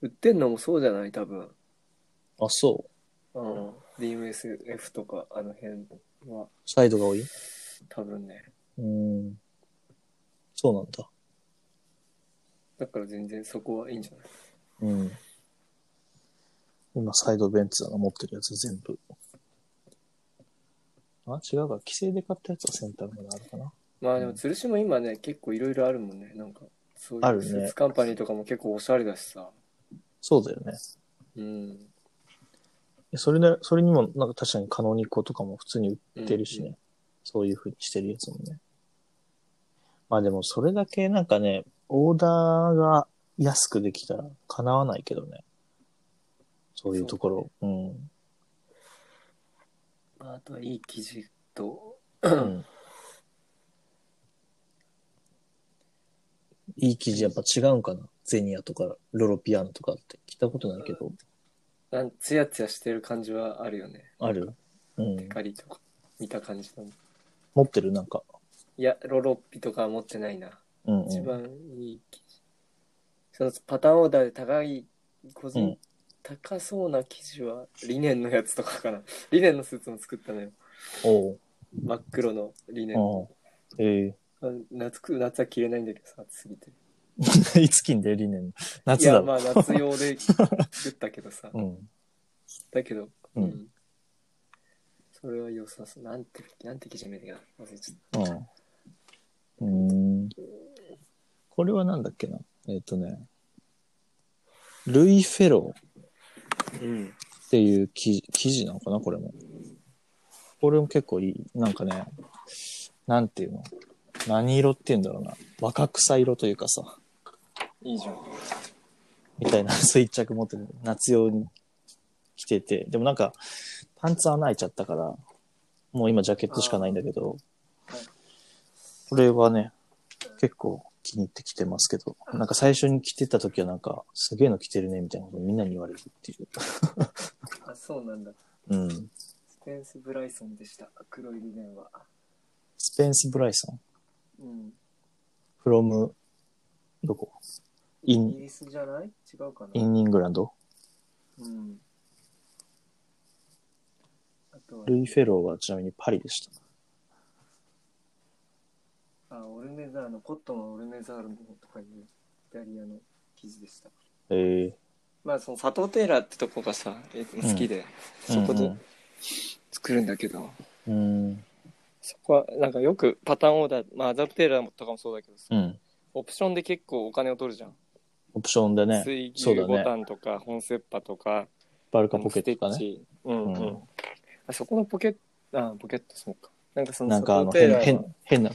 S1: 売ってんのもそうじゃない多分、
S2: あ、そう。
S1: うん、DMSF とかあの辺は
S2: サイドが多い
S1: 多分ね
S2: うん。そうなんだ。
S1: だから全然そこはいいんじゃない
S2: うん。今、サイドベンツだな、持ってるやつ全部。あ、違うか。規制で買ったやつはセンターまであるかな。
S1: まあでも吊るしも今ね結構いろいろあるもんねなんかそうい
S2: ある
S1: う
S2: ね
S1: スーツカンパニーとかも結構おしゃれだしさ、
S2: そうだよね。
S1: うん
S2: それで、それにも、なんか確かにカノニコとかも普通に売ってるしね。
S1: う
S2: そういう風にしてるやつもね。まあでも、それだけなんかね、オーダーが安くできたら叶わないけどね。そういうところ。うん。
S1: あとはいい生地と
S2: うんいい記事やっぱ違うんかなゼニアとかロロピアノとかって聞いたことないけど、
S1: なんツヤツヤしてる感じはあるよね
S2: あるうん。
S1: ガリとか見た感じの
S2: 持ってるなんか。
S1: いやロロッピとかは持ってないな
S2: うん、う
S1: 一
S2: ん。
S1: 番いい生地、そのパターンオーダーで高い個人、
S2: うん
S1: 高そうな生地はリネンのやつとかかな リネンのスーツも作ったのよ
S2: おう。
S1: 真っ黒のリネン
S2: ああえ
S1: あ夏く夏は着れないんだけどさ暑すぎて
S2: え いつ着んだよ、理念。夏
S1: い
S2: だ
S1: や
S2: ろ。
S1: まあ夏用で作ったけどさ
S2: うん。
S1: だけど、
S2: うん
S1: それは良さそうなんてなんて記事名だっけな忘れちゃっ
S2: うん。うーん。これはなんだっけなえっ、とね、ルイ・フェロー
S1: たうん
S2: っていう記事記事なのかなこれも。これも結構いい。なんかね、なんていうの何色っていうんだろうな。若草色というかさ、
S1: いいじゃん
S2: みたいな、 そういう一着持ってる。夏用に着てて。でもなんか、パンツ穴開いちゃったから、もう今ジャケットしかないんだけど
S1: あーはい、
S2: これはね、結構気に入って着てますけど、なんか最初に着てた時はなんか、すげえの着てるね、みたいなことみんなに言われるっていう。
S1: あそうなんだ
S2: うん。
S1: スペンス・ブライソンでした黒いリネンは
S2: スペンス・ブライソン。
S1: うん
S2: from どこイン
S1: イギリスじゃない違うかな
S2: ?in イングランド
S1: うんあとは
S2: ルイ・フェローはちなみにパリでした。
S1: あオルメザーのコットンのオルメザールのとかいうイタリアの記事でした
S2: え
S1: まあその佐藤テイラーってとこがさえ好きで、
S2: え
S1: そこで
S2: うん
S1: 作るんだけど、
S2: うん。
S1: そこはなんかよくパターンオーダー、まあ、アザプテイラーとかもそうだけどさ
S2: うん。
S1: オプションで結構お金を取るじゃん、
S2: オプションでね、
S1: 水
S2: そう
S1: 牛
S2: だ
S1: ボ
S2: ね
S1: タンとか、本切羽とか
S2: バルカポケ
S1: ス
S2: ット
S1: テ
S2: と
S1: ッ
S2: かね。
S1: チうんうん、
S2: うん
S1: あそこのポケットあポケットそうかなんかその
S2: なんかあの、
S1: サポーテイ
S2: 変
S1: ラーは
S2: 変変な。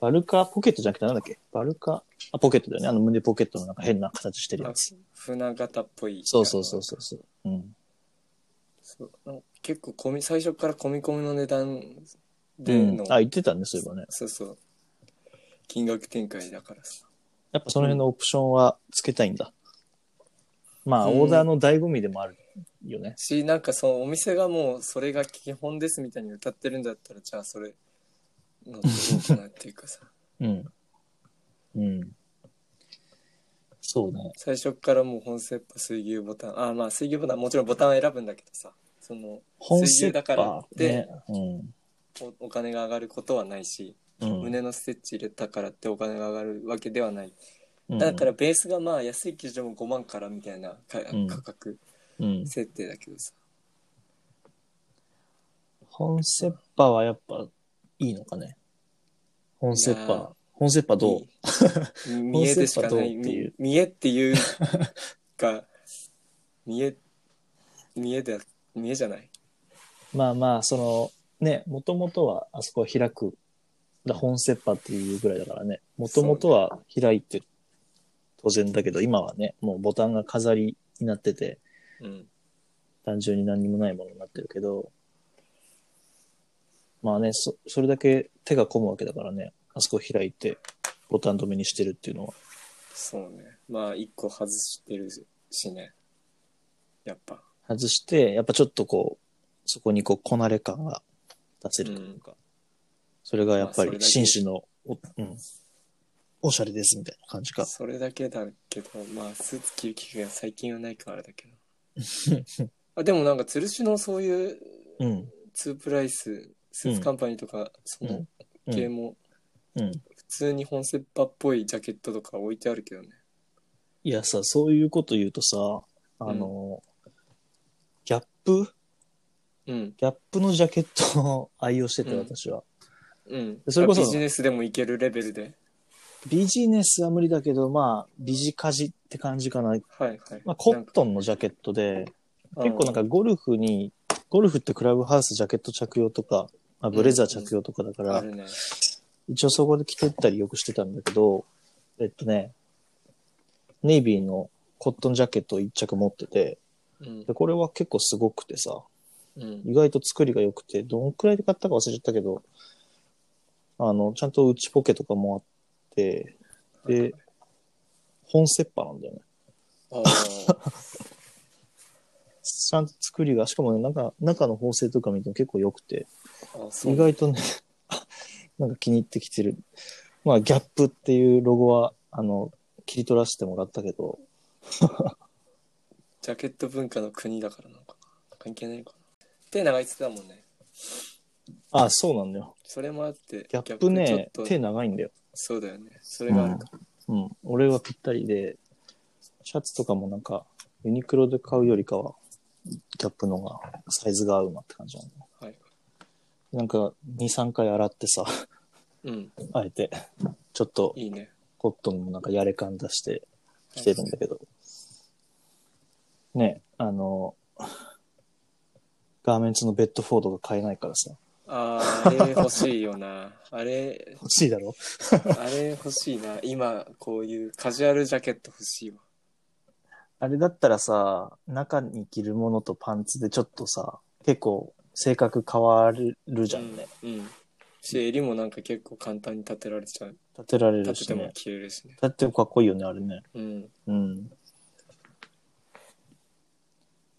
S2: バルカポケットじゃなくてなんだっけバルカあ、ポケットだよね。あの胸ポケットのなんか変な形してるやつ。
S1: 船型っぽい
S2: そうそうそうそうそう。うん。
S1: そうなんか結構込み最初から込み込みの値段で
S2: うん
S1: の、、
S2: あ、言ってたね、そういえばね。
S1: そうそう金額展開だからさ
S2: やっぱその辺のオプションはつけたいんだ。まあ、
S1: うん
S2: オーダーの醍醐味でもあるよね。
S1: しなんかそのお店がもうそれが基本ですみたいに歌ってるんだったらじゃあそれのっていいかなっていう かさ
S2: うん。うん。そうね。
S1: 最初からもう本セッパ水牛ボタンあまあ水牛ボタンもちろんボタンは選ぶんだけどさその
S2: 本セ
S1: だ
S2: ッ
S1: から
S2: パ
S1: っ
S2: ー
S1: て
S2: ね。うん。
S1: おお金が上がることはないし、
S2: うん
S1: 胸のステッチ入れたからってお金が上がるわけではない、
S2: うん。
S1: だからベースがまあ安い基準も5万からみたいなか
S2: うん
S1: 価格
S2: うん。
S1: 設定だけどさ、
S2: 本セッパーはやっぱいいのかね。本セッパ
S1: いやー
S2: ー。本セッパーど
S1: い
S2: う
S1: い見えでしかない
S2: 本セッパどうっていう
S1: み見えっていうか 見え見えだ見えじゃない
S2: まあまあ、その、ね、もともとはあそこを開く。だ本セッパーっていうぐらいだからね。もともとは開いて当然だけど、今はね、もうボタンが飾りになってて、
S1: うん
S2: 単純に何にもないものになってるけど、まあね、そそれだけ手が込むわけだからね、あそこ開いて、ボタン止めにしてるっていうのは。
S1: そうねまあ一個外してるしねやっぱ
S2: 外して、やっぱちょっとこう、そこにこう、こなれ感が出せるというか、それがやっぱ
S1: まあそれだ
S2: り
S1: け
S2: 紳士のお、うん、おしゃれですみたいな感じか。
S1: それだけだけどまあスーツ着る機会が最近はないからあれだ けどあでもなんか吊るしのそういう
S2: うん。
S1: ツープライススーツカンパニーとか、その
S2: うん
S1: 系も
S2: うん。
S1: 普通に本セッパっぽいジャケットとか置いてあるけどね。
S2: いやさ、そういうこと言うとさ、あの、ギャップ
S1: うん。
S2: ギャップのジャケットを愛用してて、
S1: うん
S2: 私は。
S1: うん。
S2: それこそ
S1: ビジネスでもいけるレベルで。
S2: ビジネスは無理だけど、まあ、ビジカジって感じかな。
S1: はいはい。
S2: まあ、コットンのジャケットで、
S1: ン
S2: 結構なんか、ゴルフに、ゴルフってクラブハウスジャケット着用とか、まあ、ブレザー着用とかだか
S1: うん
S2: ら、
S1: あるね。
S2: 一応そこで着てったりよくしてたんだけど、えっとね、ネイビーのコットンジャケットを一着持ってて、
S1: うん
S2: で、。これは結構すごくてさ、
S1: うん。
S2: 意外と作りが良くて、どんくらいで買ったか忘れちゃったけど、あの、ちゃんと内ポケとかもあって、で、本セッパなんだよね。
S1: ああ。
S2: ちゃんと作りが、しかもね、なんか、中の縫製とか見ても結構良くて、
S1: あそう。
S2: 意外とね、なんか気に入ってきてる。まあ、ギャップっていうロゴは、あの、切り取らせてもらったけど、
S1: ジャケット文化の国だからなのかな。関係ないかな。って長いってたもんね。
S2: ああ、そうなんだよ。
S1: それもあって、
S2: ギャップね、
S1: ギャップちょ
S2: 手
S1: っと
S2: 長いんだよ。
S1: そうだよね。それがあるか。
S2: うん。俺はぴったりで、シャツとかもなんか、ユニクロで買うよりかは、ギャップのが、サイズが合うなって感じなんだよ。
S1: はい。
S2: なんか、2、3回洗ってさ、
S1: うん。
S2: あえて、ちょっと
S1: いいね。
S2: コットンもなんかやれ感出して着てるんだけど、ね、あの、ガーメンツのベッドフォードが買えないからさ、
S1: ああ、あれ欲しいよな。 あれ、
S2: 欲しいだろ
S1: あれ欲しいな。今、こういうカジュアルジャケット欲しいわ。
S2: あれだったらさ、中に着るものとパンツでちょっとさ、結構性格変わるじゃんね。
S1: うん。うん。し、襟もなんか結構簡単に立てられちゃう。
S2: 立てられる
S1: 立て
S2: して
S1: も
S2: ね。
S1: 消えるしね。
S2: 立ってもかっこいいよね、あれね。
S1: うん。
S2: うん。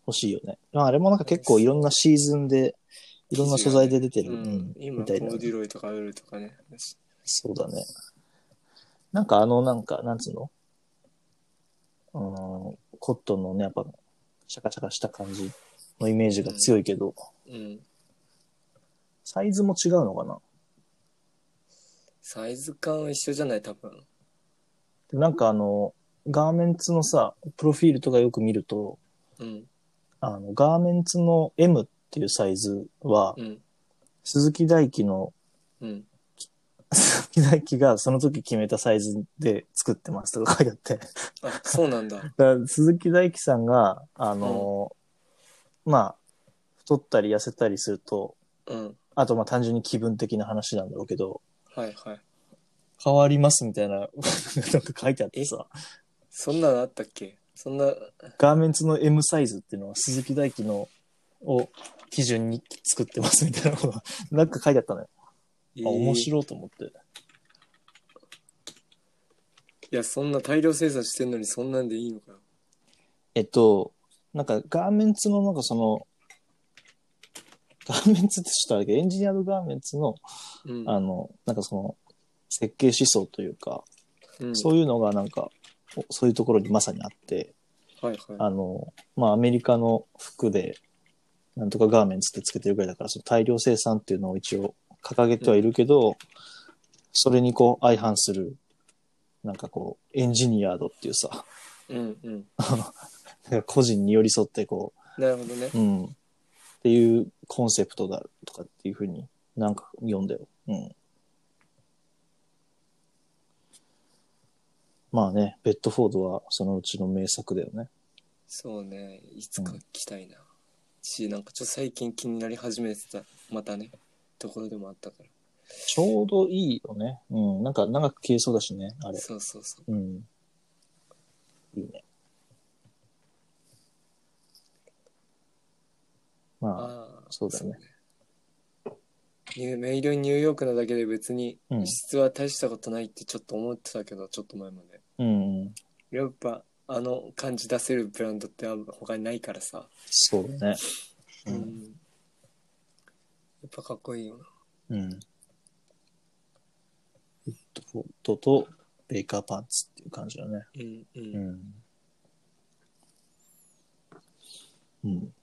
S2: 欲しいよね。まあ、あれもなんか結構いろんなシーズンで、いろんな素材で出てる。
S1: うん、
S2: うん、
S1: 今、
S2: み
S1: コ
S2: た
S1: ー
S2: いな。
S1: デュロイとかウールとかね。
S2: そうだね。なんかあの、なんか、なんつうのうーん、コットンのね、やっぱ、シャカシャカした感じのイメージが強いけど、
S1: うん。
S2: サイズも違うのかな
S1: サイズ感は一緒じゃない、多分。
S2: でなんかあの、ガーメンツのさ、プロフィールとかよく見ると、
S1: うん。
S2: あの、ガーメンツの M っていうサイズは、
S1: うん。
S2: 鈴木大輝の、
S1: うん。
S2: 鈴木大輝がその時決めたサイズで作ってますとか書いてあって、だか
S1: あ、そうなんだ。
S2: ら鈴木大輝さんが、あの、まあ、太ったり痩せたりすると、
S1: うん。
S2: あとまあ単純に気分的な話なんだろうけど、
S1: はいはい。
S2: 変わりますみたいな、なんか 書いてあってさ、
S1: そんなのあったっけそんな、
S2: ガーメンツの M サイズっていうのは鈴木大輝のを基準に作ってますみたいなことが なんか書いてあったのよ。
S1: えー
S2: あ、面白いと思って。
S1: いや、そんな大量生産してんのにそんなんでいいのかよ。
S2: えっと、なんかガーメンツのなんかその、ガーメンツってちょっとあれだけど、エンジニアードガーメンツの、
S1: うん。
S2: あの、なんかその、設計思想というか、
S1: うん、
S2: そういうのがなんか、おそういうところにまさにあって、
S1: はいは
S2: あの、まあ、アメリカの服で、なんとかガーメンツってつけてるぐらいだから、その大量生産っていうのを一応掲げてはいるけど、それにこう相反する、なんかこう、エンジニアードっていうさ、
S1: い。うんうん。
S2: なんか個人に寄り添ってこ
S1: なるほどね。
S2: う、うん、っていうコンセプトだとかっていうふうになんか読んだよ。うん。まあね、ベッドフォードはそのうちの名作だよね。
S1: そうね。いつか来たいな。し、なんかちょっと最近気になり始めてた、またね、ところでもあったか
S2: ちょうどいいよね。うん。なんか長く消えそうだしね、あ
S1: ら。
S2: れ。
S1: そうそうそう。
S2: うん。いいね。まあ、
S1: ああ、
S2: そうだね。
S1: ニューメイドインニューヨークなだけで別に
S2: うん
S1: 質は大したことないってちょっと思ってたけど、ちょっと前まで。
S2: うんうん。
S1: やっぱあの感じ出せるブランドってあんま他にないからさ。
S2: そうだね。う
S1: うんん。やっぱかっこいいよな。
S2: うん。フットフォートとベーカーパンツっていう感じだね。
S1: うんう。
S2: うんん。うん。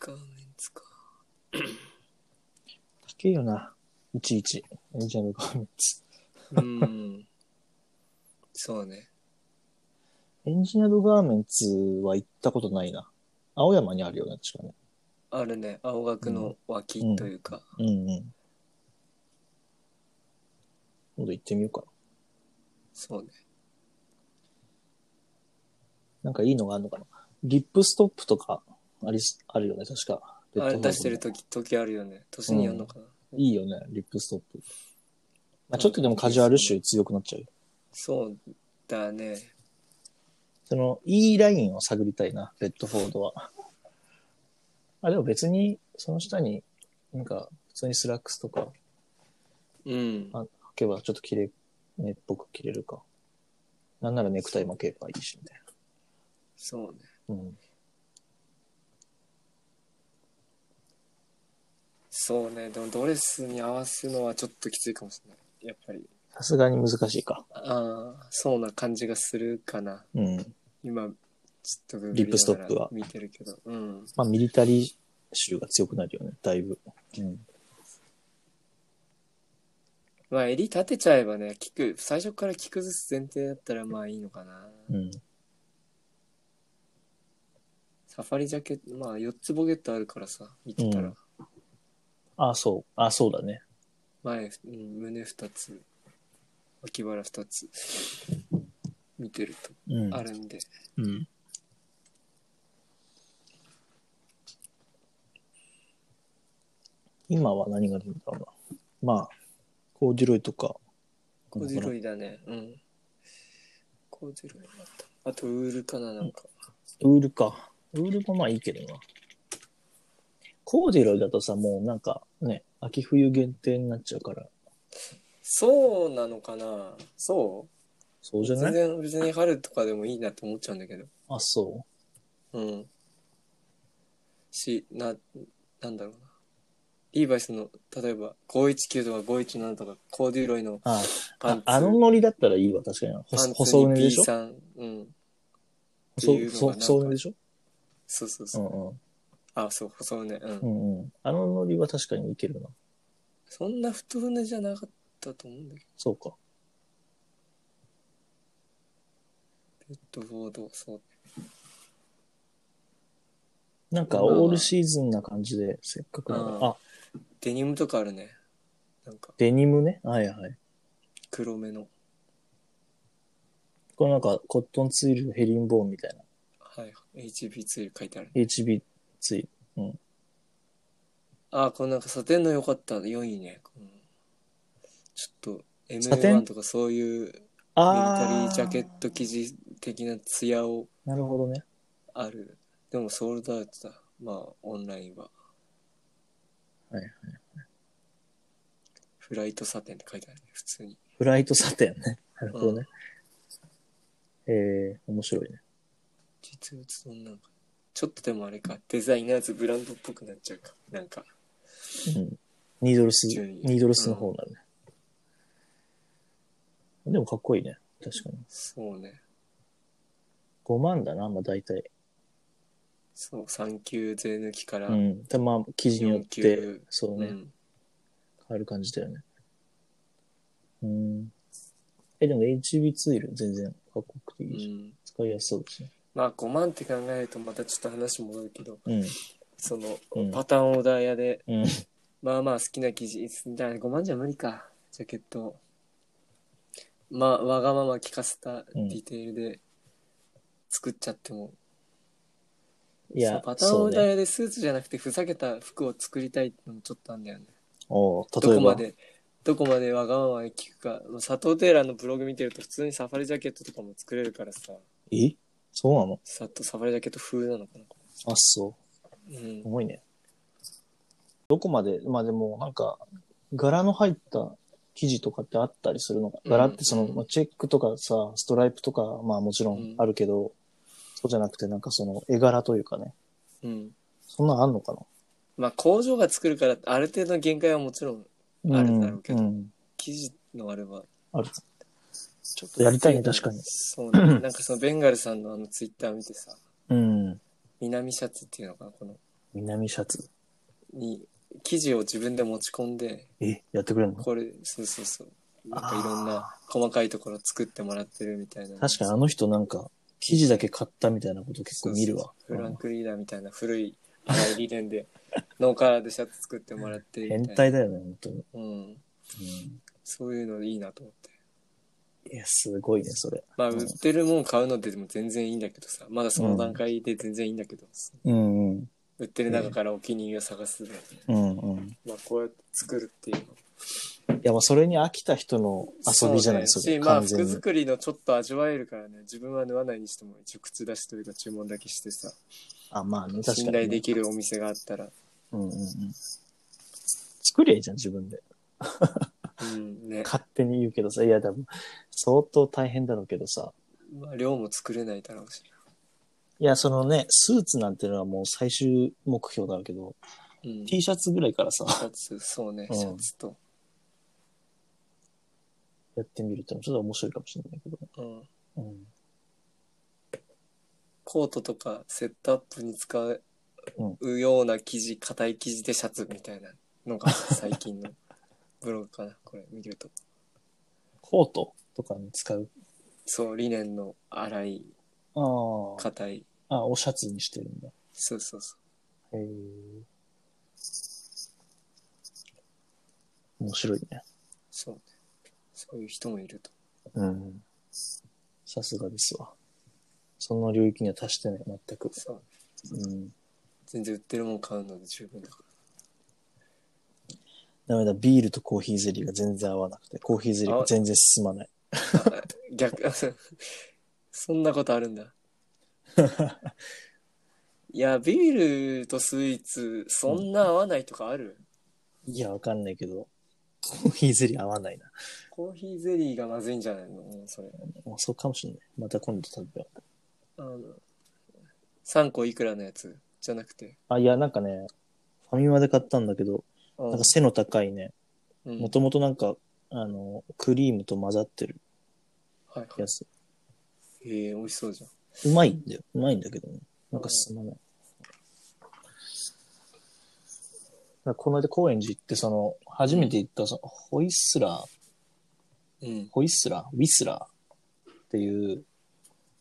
S1: ガーメンツか。
S2: けえよな。いちいち。エンジェルガーメンツ。
S1: うん。そうね。
S2: エンジニアドガーメンツは行ったことないな。青山にあるよね、確かね。
S1: あるね。青学の脇というか。
S2: うんうん。今度行ってみようかな。
S1: そうね。
S2: なんかいいのがあるのかな。リップストップとか、ありす、あるよね、確か。レッ
S1: あれ
S2: ドホールの
S1: 出してる時時あるよね。年にやんのかな。
S2: いいよね、リップストップ。まあ、ちょっとでもカジュアル集強くなっちゃうよ。
S1: そうだね。
S2: その、いいラインを探りたいな、レッドフォードは。あ、でも別に、その下に、なんか、普通にスラックスとか
S1: うん。
S2: あ履けばちょっと綺麗、ねっぽく着れるか。なんならネクタイ巻けばいいし、みたい
S1: そうね。
S2: な。うん。
S1: そうね。でもドレスに合わすのはちょっときついかもしれない。やっぱり。
S2: さすがに難しいか。
S1: ああ、そうな感じがするかな。
S2: うん。
S1: 今、ちょっと
S2: リップストップは
S1: 見てるけど。うん。
S2: まあ、ミリタリー集が強くなるよね、だいぶ。うん。
S1: まあ、襟立てちゃえばね、聞く、最初から着崩す前提だったらまあいいのかな。
S2: うん。
S1: サファリジャケット、まあ4つボケットあるからさ、見てた
S2: う
S1: ら
S2: ん。あ、そう。あ、そうだね。
S1: 前、うん、胸2つ、脇腹2つ、見てると、
S2: うん。
S1: あるんで。
S2: うん。今は何が出るんだろうな。まあ、コーデュロイとか。
S1: コージュロイだね。うん。コージュロイだった。あと、ウールかな、なんか。
S2: ウールか。ウールもまあいいけどな。コーデュロイだとさ、もうなんかね、秋冬限定になっちゃうから、
S1: そうなのかなそう
S2: そうじゃな
S1: 全
S2: い
S1: 然別に春とかでもいいなと思っちゃうんだけど。
S2: あ、そ
S1: うん。し、な、なんだろうな。リーバイスの、例えば、519とか517とか、コーデュロイの
S2: う。あ
S1: パン
S2: あ
S1: ツ、、
S2: あのノリだったらいいわ、確かに。
S1: パンツに
S2: 細細畝でしょ
S1: B さん、うん。って
S2: 細
S1: いうのがなん
S2: 細
S1: か
S2: 細畝でしょ
S1: そうそう
S2: う
S1: そう。
S2: んうん。
S1: あ、そう、細ね。うん。
S2: うんうん。あのノリは確かにいけるな。
S1: そんな太船じゃなかったと思うんだけ
S2: そうか。
S1: ど、レッドフォード、そう。
S2: なんかオールシーズンな感じで、せっかくな
S1: う
S2: ら。
S1: ん
S2: あ、
S1: デニムとかあるね。なんか、
S2: デニムね。はいはい。
S1: 黒めの。
S2: これなんかコットンツイル、ヘリンボーンみたいな。
S1: はい。HB ツイル書いてある。
S2: HB ツイル。
S1: あ、このなんか、サテンの良かった。良いね。うん、ちょっと、
S2: サテ
S1: M1
S2: ン
S1: とかそういうミリタリ
S2: あ
S1: ー
S2: あ。
S1: ジャケット生地的なツヤを
S2: なるほどね。
S1: ある。でもソールドアウトだ。まあ、オンラインは。
S2: はいはい
S1: フライトサテンって書いてあるね、普通に。
S2: フライトサテンね。なるほどね。えー、面白いね。
S1: 実物となんか。ちょっとでもあれか、デザイナーズブランドっぽくなっちゃうか。なんか、
S2: うん。ニードルス、
S1: 順位
S2: ニードルスの方になるね。でもかっこいいね。確かに。
S1: そうね。
S2: 5万だな、まあ大体。
S1: そう、3級税抜きから。
S2: うん。たまあ、記事によっ
S1: 四
S2: て
S1: 級、
S2: そう
S1: う
S2: ね、
S1: ん
S2: 変わる感じだよね。うん。え、でも HB ツイル全然かっこよくて
S1: う
S2: いいし、
S1: ん
S2: 使いやすそうですね。
S1: まあ5万って考えるとまたちょっと話戻るけど、
S2: うん。
S1: その
S2: うん
S1: パターンオーダー屋で、
S2: うん。
S1: まあまあ好きな生地、じゃあ5万じゃ無理か、ジャケットを。まあ、わがまま聞かせたディテールで作っちゃっても、
S2: い
S1: そう
S2: や、
S1: パターン
S2: そ
S1: オ
S2: う
S1: ーダー
S2: ね。
S1: 屋でスーツじゃなくてふざけた服を作りたいってのもちょっとあんだよね。
S2: おう
S1: ど
S2: 例え
S1: こま
S2: ば、
S1: で、どこまでわがままに聞くか。もう佐藤テイラーのブログ見てると普通にサファリジャケットとかも作れるからさ、
S2: えそうなの
S1: さっとサファリジャケット風なのかな。
S2: あ、そう。
S1: うん
S2: す。ごいね。どこまで、まあでもなんか、柄の入った生地とかってあったりするのか。
S1: うん
S2: 柄ってその、
S1: うん
S2: まあ、チェックとかさ、ストライプとか、まあもちろんあるけど、そうじゃなくてなんかその絵柄というかね。
S1: うん。
S2: そんなんあんのか
S1: まあ工場が作るからある程度の限界はもちろん
S2: な
S1: あるだろうけど
S2: んん
S1: 生地のあれば
S2: ある。
S1: ちょっ
S2: とやりたいね確かに
S1: そう ねなんかそのベンガルさんのあのツイッター見てさ
S2: うん。
S1: 南シャツっていうのかなこの
S2: 南シャツ。
S1: に記事を自分で持ち込んで、
S2: え、やってくれるの
S1: これ、そうそうそう。なんかいろんな細かいところ作ってもらってるみたいな。
S2: 確かにあの人なんか、記事だけ買ったみたいなこと結構見るわ。
S1: フラ
S2: う
S1: ン
S2: ん
S1: クリーダーみたいな古い荒い理念で、 ノーカラーでシャツ作ってもらってみたい
S2: 変
S1: な。
S2: 態だよね、本当に。
S1: うん。
S2: うん
S1: そういうのいいなと思って。
S2: いや、すごいね、それ。
S1: まあ、
S2: う
S1: 売
S2: ん
S1: ってるもん買うのでも全然いいんだけどさ、まだその段階で全然いいんだけど、
S2: うんうん。
S1: 売ってる中からお気に入りを探すで、
S2: うんうん。い
S1: まあ、こうやって作るっていうの。
S2: や、まあ、それに飽きた人の遊びじゃない、
S1: そ
S2: そう
S1: ね
S2: れ。
S1: し、まあ、
S2: 完
S1: 服
S2: 全に。
S1: 作りのちょっと味わえるからね、自分は縫わないにしても、一応口出しというか注文だけしてさ、
S2: あ、まあね、確
S1: 信
S2: か
S1: 頼
S2: にね
S1: で。きるお店があったら、
S2: うんうんうん。作りゃいいじゃん、自分で。
S1: うん、ね。
S2: 勝手に言うけどさ、いや、多分、相当大変だろうけどさ。
S1: まあ、量も作れないだろうし。
S2: いや、そのね、スーツなんてのはもう最終目標だろうけど、
S1: うん。シ
S2: T シャツぐらいからさ、
S1: ャツ、そうね、
S2: うん
S1: シャツと。
S2: やってみるってのもちょっと面白いかもしれないけど。
S1: うん。
S2: うん。
S1: コートとかセットアップに使うような生地、硬い生地でシャツみたいなの が最近のブログかな、これ見ると。
S2: コートとかに使う。
S1: そう、リネンの粗い、
S2: あ
S1: 硬い。
S2: あ。あ、おシャツにしてるんだ。
S1: そうそうそう。
S2: へえ。面白いね。
S1: そうね。そういう人もいると。
S2: うん。さすがですわ。その領域には達してない、全く。
S1: そう。
S2: うん。
S1: 全然売ってるもん買うので十分だか
S2: ダメだ、ビールとコーヒーゼリーが全然合わなくて、コーヒーゼリーが全然進まない。
S1: ら。あ逆、 そんなことあるん だ。いや、ビールとスイーツ、そんな合わないとかある、
S2: いや、わかんないけど、コーヒーゼリー合わ ないな。
S1: コーヒーゼリーがまずいんじゃないのもうそれ。
S2: もうそうかもしれない。また今度食べよう。
S1: あの、3個いくらのやつじゃなくて。
S2: あ、いや、なんかね、ファミマで買ったんだけど、
S1: うん
S2: なんか背の高いね、
S1: うん
S2: もともとなんか、あの、クリームと混ざってる
S1: はいは
S2: や
S1: い。
S2: つ。
S1: ええ美味しそうじゃん。
S2: うまいんだよ。うまいんだけどね。なんか進まない。だからこの間高円寺行って、その、初めて行った、その、ホイスラー、
S1: うん。
S2: ホイスラー、ウィスラーっていう、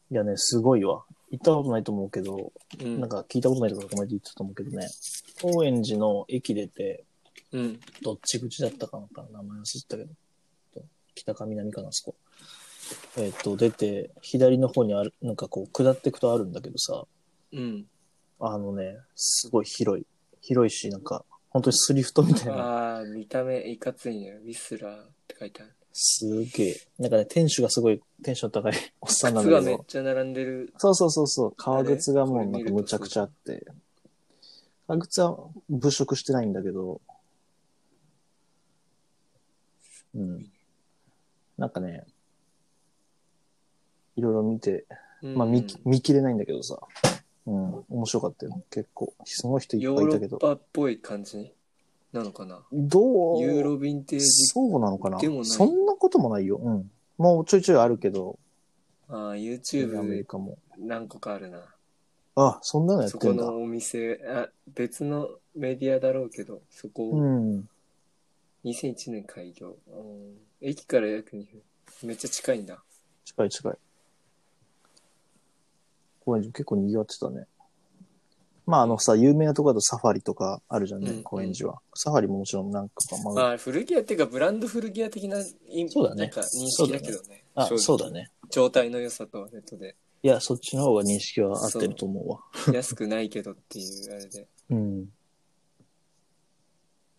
S2: いやね、すごいわ。行ったことないと思うけど、
S1: うん。
S2: なんか聞いたことないところこの間言ってたと思うけどね、高円寺の駅出て、
S1: うん。
S2: どっち口だったかな名前忘れてたけど。北か南かな、あそこ。えっ、と、出て、左の方にある、なんかこう、下っていくとあるんだけどさ、
S1: うん。
S2: あのね、すごい広い。広いし、なんか、本当にスリフトみたいな。
S1: ああ、見た目いかついね。ウィスラーって書いてある。
S2: すげえ。なんかね、店主がすごい、テンション高いおっさんなん
S1: 靴
S2: だ
S1: が
S2: け
S1: めっ
S2: ど。
S1: ちゃ並んでる。
S2: そうそうそうそう。革靴がもう
S1: これ
S2: なん
S1: 見る
S2: か
S1: と
S2: むちゃくちゃあって。革靴は物色してないんだけど、うん。なんかね、いろいろ見て、
S1: うん
S2: まあ見,、見切れないんだけどさ、うん、面白かったよ、結構。その人いっ
S1: ヨ
S2: ぱい
S1: ー
S2: い
S1: ロ
S2: たけど
S1: ッ。パっぽい感じなのかな。
S2: どう
S1: ユーロヴィンテージ。
S2: そうなのかな
S1: でもない
S2: そんなこともないよ。うん。もうちょいちょいあるけど、
S1: ああ、
S2: アメリ
S1: YouTube
S2: カも。
S1: 何個かあるな。
S2: あ、そんなのやっ
S1: そ
S2: て
S1: こ
S2: んだ。
S1: のお店、あ、別のメディアだろうけど、そこを
S2: うん。
S1: 2001年開業。うん駅から約2分。めっちゃ近いんだ。
S2: 近い近い。高円寺も結構賑わってたね。まああのさ、有名なとこだとサファリとかあるじゃんね、
S1: うん
S2: 高円寺は。サファリももちろんなんかか、まあ、
S1: まあ、古着屋っていうか、ブランド古着屋的なイン
S2: そうだね
S1: なんか認識だけどね。
S2: あ、
S1: 正直
S2: そうだ。ね。
S1: 状態の良さとは別途で、
S2: いや、そっちの方が認識は合ってると思うわ。
S1: 安くないけどっていうあれで。
S2: うん。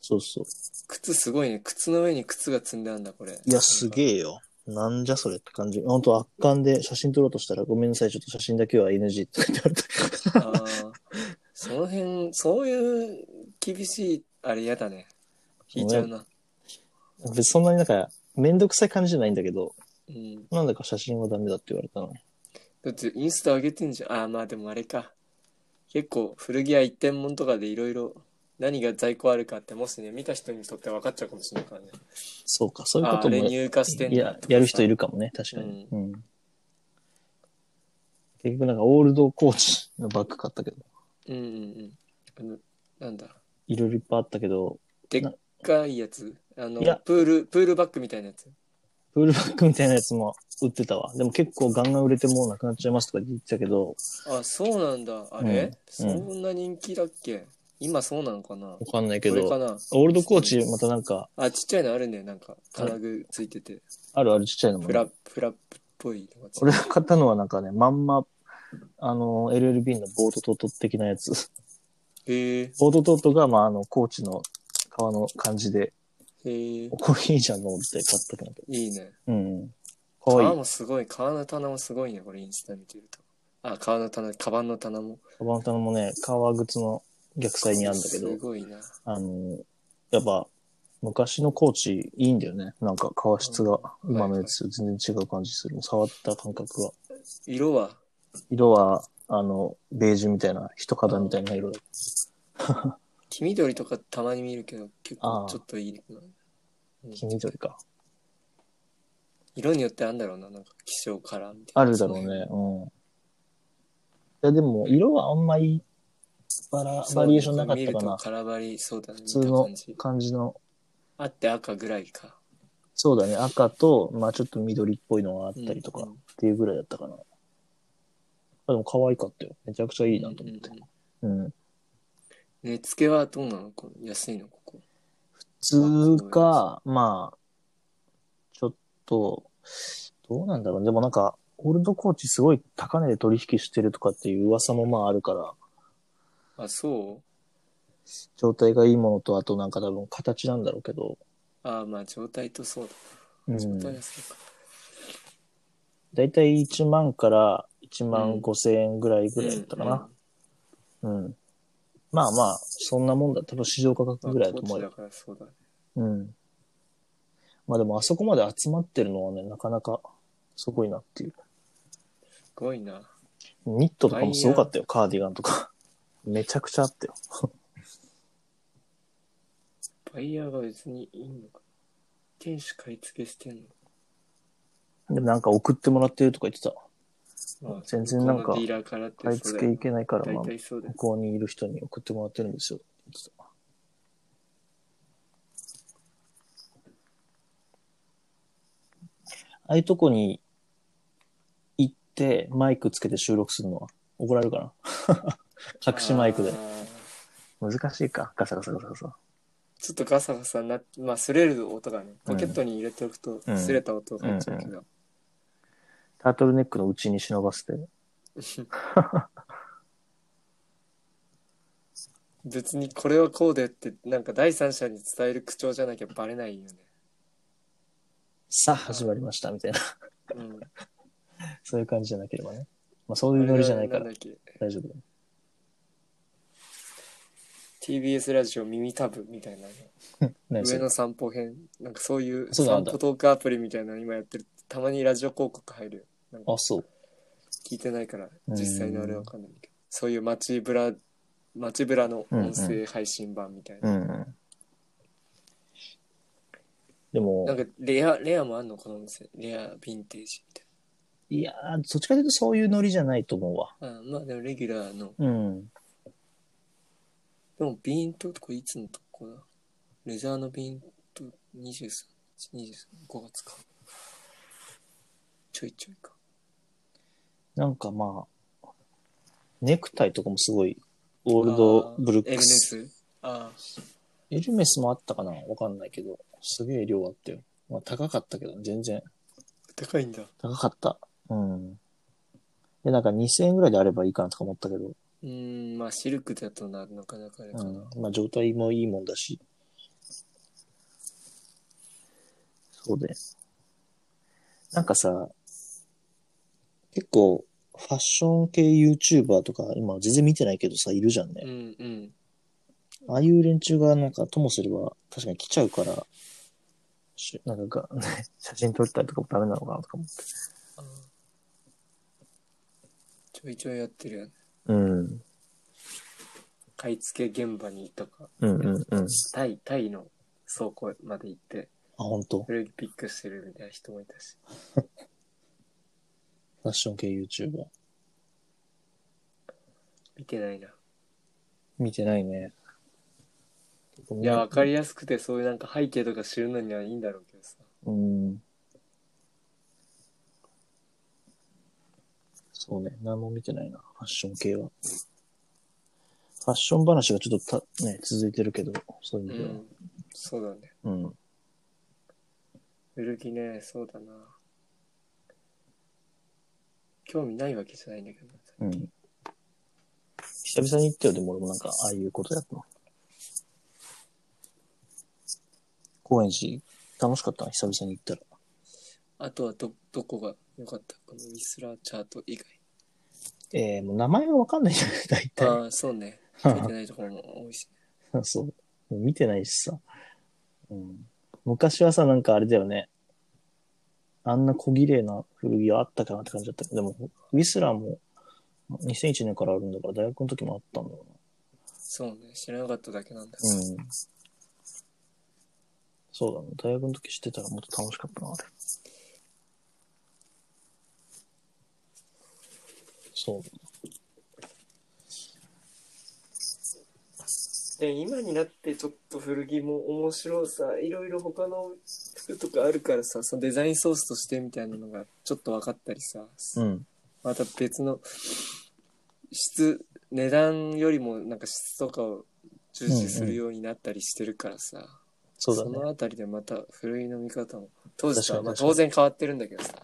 S2: そうそう。
S1: 靴すごいね。靴の上に靴が積んであんだ、これ。
S2: いや、すげ
S1: え。
S2: えよ。なんじゃそれって感じ。ほんと圧巻で写真撮ろうとしたら、ごめんなさい、ちょっと写真だけは NG って書いてある。
S1: あーその辺、そういう厳しい、あれ嫌だね。引いちゃうな。
S2: 別にそんなになんか、めんどくさい感じじゃないんだけど、
S1: うん。
S2: なんだか写真はダメだって言われたの。
S1: だってインスタ上げてんじゃん。ああ、まあでもあれか。結構古着屋一点物とかでいろいろ何が在庫あるかってもしね、見た人にとって分かっちゃうかもしれないからね。
S2: そうか、そういう
S1: あ
S2: こ
S1: あ
S2: と
S1: れ
S2: も
S1: 入荷してんだ
S2: や
S1: とかさ
S2: やる人いるかもね、確かに。うん。結局なんか、オールドコーチのバッグ買ったけど。
S1: うんうんうん。あの、なんだ。
S2: いろいろいっぱいあったけど、
S1: でっかいやつ。あの
S2: いや、
S1: プール、プールバッグみたいなやつ。
S2: プールバッグみたいなやつも売ってたわ。でも結構ガンガン売れてもうなくなっちゃいますとか言ってたけど、
S1: あ、そうなんだ。あれ、
S2: うん
S1: そんな人気だっけ今そうなのかな
S2: わかんないけ
S1: これか
S2: ど、
S1: な
S2: オールドコーチまたなんか、
S1: あ、ちっちゃいのあるんだよ。なんか、金具ついてて。
S2: あるあるちっちゃいのも
S1: フ
S2: ね、
S1: ラップ、フラップっぽいのがついて
S2: 俺が買ったのはなんかね、まんま、あの、LLB のボートトト的なやつ。
S1: へえ、
S2: ボートトトが、まあ、あの、コーチの革の感じで、
S1: へえ、
S2: これいいじゃんと思って買ったけど。
S1: いいね。
S2: うん。かわい
S1: 革
S2: い。
S1: もすごい、革の棚もすごいね。これインスタ見てると。あ、革の棚、カバンの棚も。
S2: カバンタもね、革靴の逆サイにあるんだけど
S1: す、ごいな。
S2: あの、やっぱ、昔のコーチいいんだよね。なんか革質が、
S1: うん
S2: 今のやつと全然違う感じする。触った感覚が。
S1: 色は、
S2: 色は、あの、ベージュみたいな、人肌みたいな色だ。
S1: 黄緑とかたまに見るけど、結構
S2: あー
S1: ちょっといいな。うん
S2: 黄緑か。
S1: 色によってあんだろうな。なんか、気象カラーみたいな。
S2: あるだろうね。うん。いや、でも、色はあんまり、バラ、
S1: そう。
S2: バリエーションなかったか
S1: 見る
S2: な
S1: と。カラバリ、そうだね。
S2: 普通
S1: 見た
S2: の
S1: 感じ
S2: 感じの、
S1: あって赤ぐらいか。
S2: そうだね。赤と、まあちょっと緑っぽいのがあったりと
S1: う
S2: か、
S1: ん
S2: っ
S1: うん
S2: ていうぐらいだったかな。あでも、可愛かったよ。めちゃくちゃいいなと思って。
S1: うんうん
S2: うん。
S1: 値付けはどうなのこの安いのここ。
S2: 普通か、まあ、ちょっと、どうなんだろう。でもなんか、オールドコーチすごい高値で取引してるとかっていう噂もまああるから、
S1: あ、そう
S2: 状態がいいものと、あとなんか多分形なんだろうけど、
S1: あ、まあ状態とそう
S2: う
S1: だ。状
S2: ん、
S1: 態はそうか。
S2: だいたい1万から1万5千円ぐらいぐらいだったかな。うん。まあまあ、そんなもんだ。多分市場価
S1: うん。
S2: 格ぐ
S1: ぐ
S2: ら
S1: ら
S2: い
S1: い
S2: だと
S1: と思
S2: 思う
S1: うだ
S2: よ。
S1: からそうだね。
S2: うん。まあでもあそこまで集まってるのはね、なかなかすごいなっていう。
S1: すごいな。
S2: ニットとかもすごかったよ、カーディガンとか。 めちゃくちゃあったよ。
S1: バイヤーが別にいいのか。店主買い付けしてんの
S2: でもなんか送ってもらってるとか言ってた。
S1: まあ
S2: 全然なんか
S1: このディーラーからって
S2: 買い
S1: そう
S2: 付
S1: だ
S2: け
S1: よ
S2: いけないから、まあ、
S1: 大
S2: 向
S1: 体そうだよ。
S2: こうにいる人に送ってもらってるんですよ。言ってたああいうとこに行ってマイクつけて収録するのは怒られるかな 隠しマイクで
S1: あ。ー
S2: 難しいか。ガサガサガサガサ。
S1: ちょっとガサガサな、まあ、擦れる音がね、ポケットに入れておくと、
S2: うん
S1: 擦れた音が入っちゃうけど、
S2: タートルネックの内に忍ばせて。
S1: 別にこれはこうでって、なんか第三者に伝える口調じゃなきゃバレないよね。
S2: さあ、始まりました。みたいな。
S1: うん。
S2: そういう感じじゃなければね。まあ、そういうノリじゃないか
S1: あれ
S2: ら
S1: はんだっけ
S2: 大丈夫だよ。
S1: TBS ラジオ耳タブみたいな、
S2: 何そ
S1: 上
S2: れ
S1: の散歩編、なんかそういう
S2: そうな
S1: 散
S2: んだ
S1: 歩トークアプリみたいなの今やってる。たまにラジオ広告入るよ。なんか
S2: あ、そう。
S1: 聞いてないから、
S2: ん
S1: 実際のあれはわかんないけど、そういう街ブラ、街ブラの音声配信版みたいな。
S2: うん。でも、
S1: なんかレア、レアもあんのこのお店。レア、ヴィンテージみたい
S2: いやー、そっちかというとそういうノリじゃないと思うわ。
S1: な。あまあでもレギュラーの。
S2: うん。
S1: でもビーントとこいつのとこだレザーのビーント23、23、5月か。ちょいちょいか。
S2: なんかまあ、ネクタイとかもすごい、オールドブル
S1: エル
S2: ック
S1: ネ
S2: ス。
S1: スあ
S2: エルメスもあったかなわかんないけど、すげえ量あったよ。まあ高かったけど、全然。
S1: あ、高いんだ。
S2: 高かった。うん。で、なんか2000円ぐらいであればいいかなとか思ったけど、
S1: うーん、まあシルクだとな、なかなかあれかな。
S2: うん、まあ状態もいいもんだし。そうで。なんかさ、結構、ファッション系 YouTuber とか、今全然見てないけどさ、いるじゃん
S1: う
S2: ね。
S1: ん、うん。
S2: ああいう連中がなんか、ともすれば、確かに来ちゃうから、しなんか が、ね、写真撮ったりとかもダメなのかなとか思って。
S1: あちょいちょいやってるよね。
S2: うん。
S1: 買い付け現場にとか、
S2: うんうんうん。あ、
S1: タイ、タイの倉庫まで行って、
S2: 本当フ
S1: 古着ピックしてるみたいな人もいたし。
S2: ァッション系 YouTuber。
S1: 見てないな。
S2: 見てないね。
S1: いや、わかりやすくて、そういうなんか背景とか知るのにはいいんだろうけどさ。
S2: うん。そうね。何も見てないな。ファッション系は。ファッション話がちょっとた、ね、続いてるけど、そういう
S1: う
S2: 意味では。
S1: ん。そうだね。
S2: うん。
S1: 古着ね、そうだな。興味ないわけじゃないんだけどな。
S2: うん。久々に行ったよ、でも俺もなんか、ああいうことやったの。高円寺、楽しかったな、久々に行ったら。
S1: あとはど、どこが良かったこのウィスラーチャート以外。
S2: えー、もう名前がわかんないじゃない、大体。
S1: ああ、そうね。書いてないところも多いし。
S2: そう。もう見てないしさ。うん。昔はさ、なんかあれだよね。あんな小綺麗な古着があったかなって感じだったけど、でも、ウィスラーも2001年からあるんだから、大学の時もあったんだろ
S1: そうね。知らなかっただけなんだ。
S2: うな。うん。そうだね。大学の時知ってたらもっと楽しかったな、あれ。そう。
S1: で、今になってちょっと古着も面白さ、いろいろ他の服とかあるからさ、そのデザインソースとしてみたいなのがちょっと分かったりさ、
S2: うん。
S1: また別の質、値段よりもなんか質とかを重視するようになったりしてるからさ、
S2: そうだね。
S1: のあたりでまた古い飲み方も、当時とはまあ
S2: 確かに
S1: 当然変わってるんだけどさ、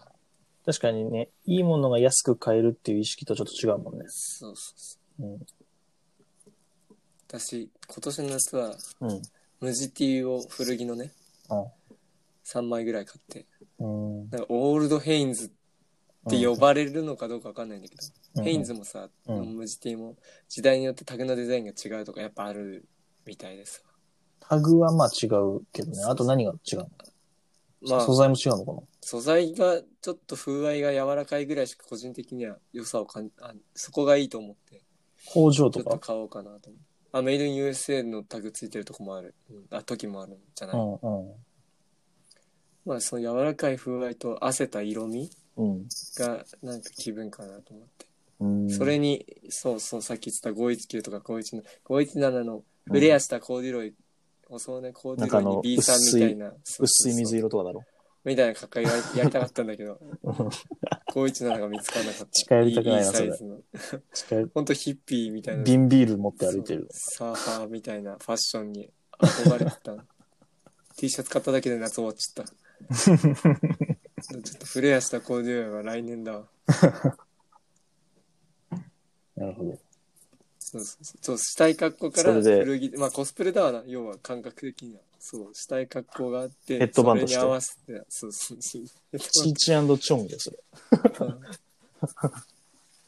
S2: 確かにね、いいものが安く買えるっていう意識とちょっと違うもんね。
S1: そうそうそう
S2: うん。
S1: 私、今年の夏は
S2: うん。
S1: 無地 T を古着のね、
S2: あ
S1: 3枚ぐらい買って、
S2: うん。
S1: なんかオールドヘインズって呼ばれるのかどうかわかんないんだけど、
S2: うん
S1: ヘインズもさ、
S2: うん
S1: 無地 T も時代によってタグのデザインが違うとかやっぱあるみたいでさ。
S2: タグはまあ違うけどね。あと何が違うの、
S1: まあ
S2: 素、材も違うのかな
S1: 素材がちょっと風合いが柔らかいぐらいしか個人的には良さを感じ、あそこがいいと思って、
S2: 工場
S1: ちょ
S2: と
S1: っと
S2: か。
S1: 買おうかなと思う。あ、メイドイン USA のタグついてるとこもある。うんあ、時もあるんじゃな
S2: う
S1: い。
S2: ん
S1: まあ、その柔らかい風合いと汗せた色味
S2: うん。
S1: がなんか気分かなと思って。
S2: うん。
S1: それに、そうそう、さっき言ってた519とか517、517のフレアしたコーデュロイ、おそうねコーデュ
S2: なんかあ
S1: ロイ
S2: の
S1: に B さんみたいな、そうそう
S2: 薄い
S1: そう
S2: 水色とかだろ。
S1: みたいな格好やりやりたかったんだけど、517が見つからなかった。
S2: 近寄りたくないない
S1: いサイズの。
S2: 近い
S1: ほんとヒッピーみたいな。
S2: 瓶ビール持って歩いてる。
S1: そうサーファーみたいなファッションに憧れて た T シャツ買っただけで夏終わっちゃったちょっとフレアしたコーデュロイは来年だわ
S2: なるほど。
S1: そうそうそうそうしたい格好から
S2: それで
S1: 古着まあコスプレだわな要は感覚的にはそうしたい格好があって
S2: ヘッドバンドして
S1: それに合わせてそうそうそうヘ
S2: チー
S1: ッ
S2: チーチョンですよ。
S1: ドバン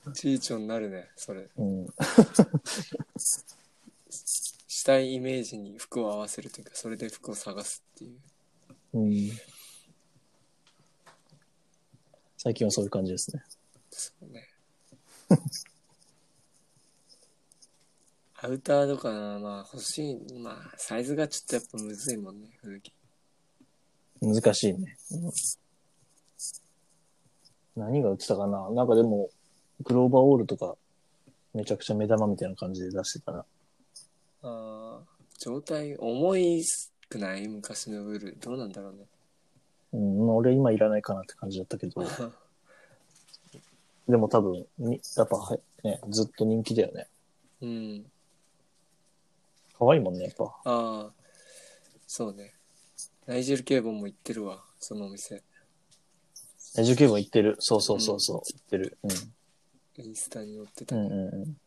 S1: ドチーチョになるねそれ
S2: うん。
S1: したいイメージに服を合わせるというかそれで服を探すっていう
S2: うん。最近はそういう感じですね。
S1: そうね。アウターとかな、まあ欲しい、まあサイズがちょっとやっぱむずいもんね、古着。
S2: 難しいね。何が売ってたかななんかでも、グローバーオールとか、めちゃくちゃ目玉みたいな感じで出してたな。
S1: ああ、状態重いくない昔のブルー。どうなんだろうね。
S2: うん、俺今いらないかなって感じだったけど、でも多分、にやっぱは、ね、ずっと人気だよね。
S1: うん。
S2: 可愛いもんね、やっぱ。
S1: ああ、そうね。ナイジェル警部も行ってるわ、そのお店。
S2: エジュケーブン行ってる。そうそうそうそう、行ってる。
S1: インスタに載って
S2: う
S1: た。
S2: ん。うんうんうん。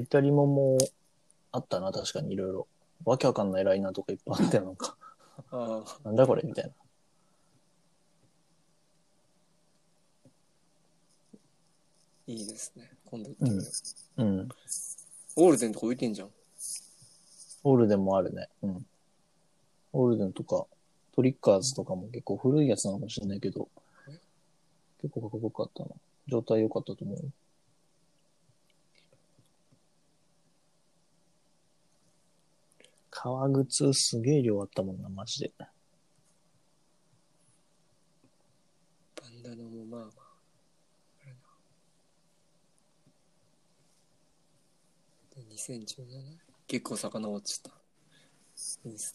S2: ビタリモもあったな、確かにいろいろ。わけわかんないラインナーとかいっぱいあったよ、なんか。
S1: ああ、
S2: なんだこれみたいな。
S1: いいですね。今度行ってみよ
S2: うん。
S1: う。オールデンとか置いてんじゃん。
S2: オールデンもあるね。うん。オールデンとか、トリッカーズとかも結構古いやつなのかもしれないけど、結構かっこよかったな。状態良かったと思うよ。革靴すげえ量あったもんな、マジで。
S1: バンダナもまあまあ。あれな。で2017結構遡っちゃった。イン ス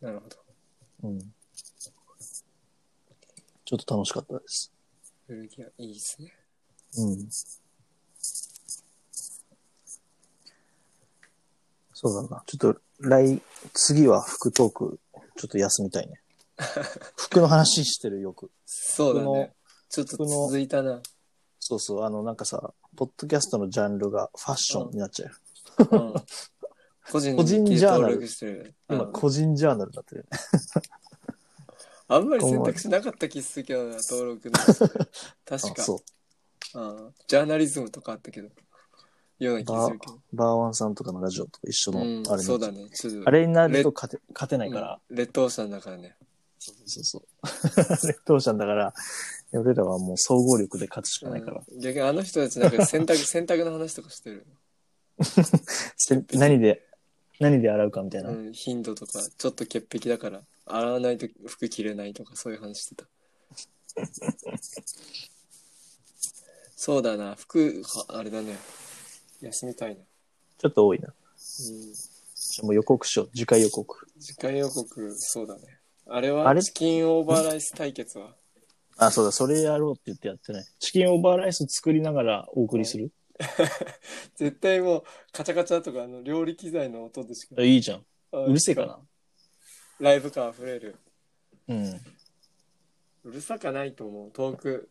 S1: タ。なるほど。
S2: うん。ちょっと楽しかったです。
S1: 古着屋、いいですね。
S2: うん。そうだな。ちょっと来、次は服トーク、ちょっと休み たいね。服の話してるよく。
S1: そうだね。ちょっと続いたな。
S2: そうそう、あの、なんかさ、ポッドキャストのジャンルがファッションになっちゃう。
S1: うん個人
S2: 個人ジャーナル
S1: 登録してる。
S2: 今、
S1: うん
S2: 個人ジャーナルになってるよね。
S1: あんまり選択肢なかった気するけどな、登録の。確
S2: あ、
S1: か。
S2: そ
S1: うんジャーナリズムとかあったけど。ような気するけど。
S2: う。バーワンさんとかのラジオとか一緒の、
S1: うん
S2: あれ、
S1: そうだね。ちょっと
S2: あれになると勝て勝てないから、
S1: うん劣等者だからね。
S2: そうそうそう。 劣等者だから、俺らはもう総合力で勝つしかないから。
S1: うん逆にあの人たちなんか選 択、選択の話とかしてる。
S2: せ何で、何で洗うかみたいな。
S1: うん、頻度とか、ちょっと潔癖だから、洗わないと服着れないとか、そういう話 してた。そうだな、服、はあれだね。休みたいな。
S2: ちょっと多いな。
S1: うん
S2: じゃあもう予告しよう。次回予告。
S1: 次回予告、そうだね。あれ
S2: あ
S1: は
S2: れ
S1: チキンオーバーライス対決は
S2: あ、そうだ、それやろうって言ってやってない。チキンオーバーライス作りながらお送りする、
S1: 絶対もうカチャカチャとかあの料理機材の音でしか
S2: あいいじゃん。
S1: あ
S2: うるせえかな。
S1: ライブ感あふれる
S2: うん。
S1: うるさかないと思う遠く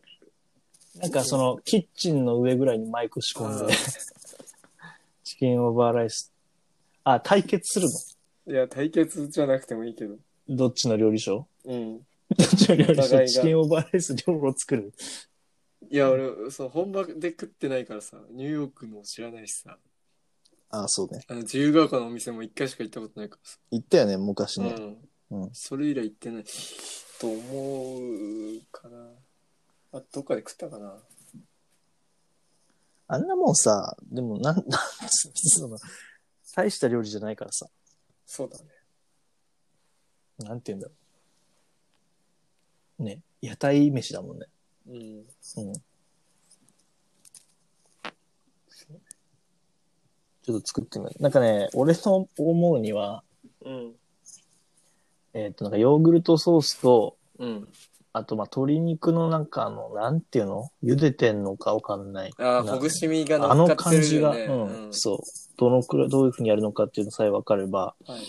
S2: なんかその、キッチンの上ぐらいにマイク仕込 ん
S1: あ
S2: で、チキンオーバーライス。あ、対決する
S1: いや対決じゃなくてもいいけど
S2: のどっちの料理賞
S1: うん
S2: どっちの料理
S1: お互いが
S2: 賞チキンオーバーライス両方作る。
S1: いや俺そう本場で食ってないからさニューヨークも知らないしさ
S2: あ、そうね。
S1: あの自由が丘のお店も一回しか行ったことないからさ、
S2: 言ったよね、昔ね。
S1: うん
S2: うん
S1: それ以来行ってないと思うかなあどっかで食ったかな
S2: あんなもんさ、でも、なん、なんつうの、大した料理じゃないからさ、
S1: そうだね
S2: なんて言うんだろう。ね、屋台飯だもんね。
S1: うん
S2: うん。ちょっと作ってみよう。なんかね、俺の思うには、
S1: うん
S2: えっ、と、なんかヨーグルトソースと、
S1: うん
S2: あと、まあ、鶏肉のなんかあの、なんていうの茹でてんのかわかんない。
S1: ああ
S2: な
S1: ほぐしみが乗
S2: あの
S1: っかっ
S2: 感
S1: て
S2: じ
S1: る
S2: が、
S1: よね
S2: うん、そう。どのくらい、どういうふうにやるのかっていうのさえわかれば、
S1: はいはい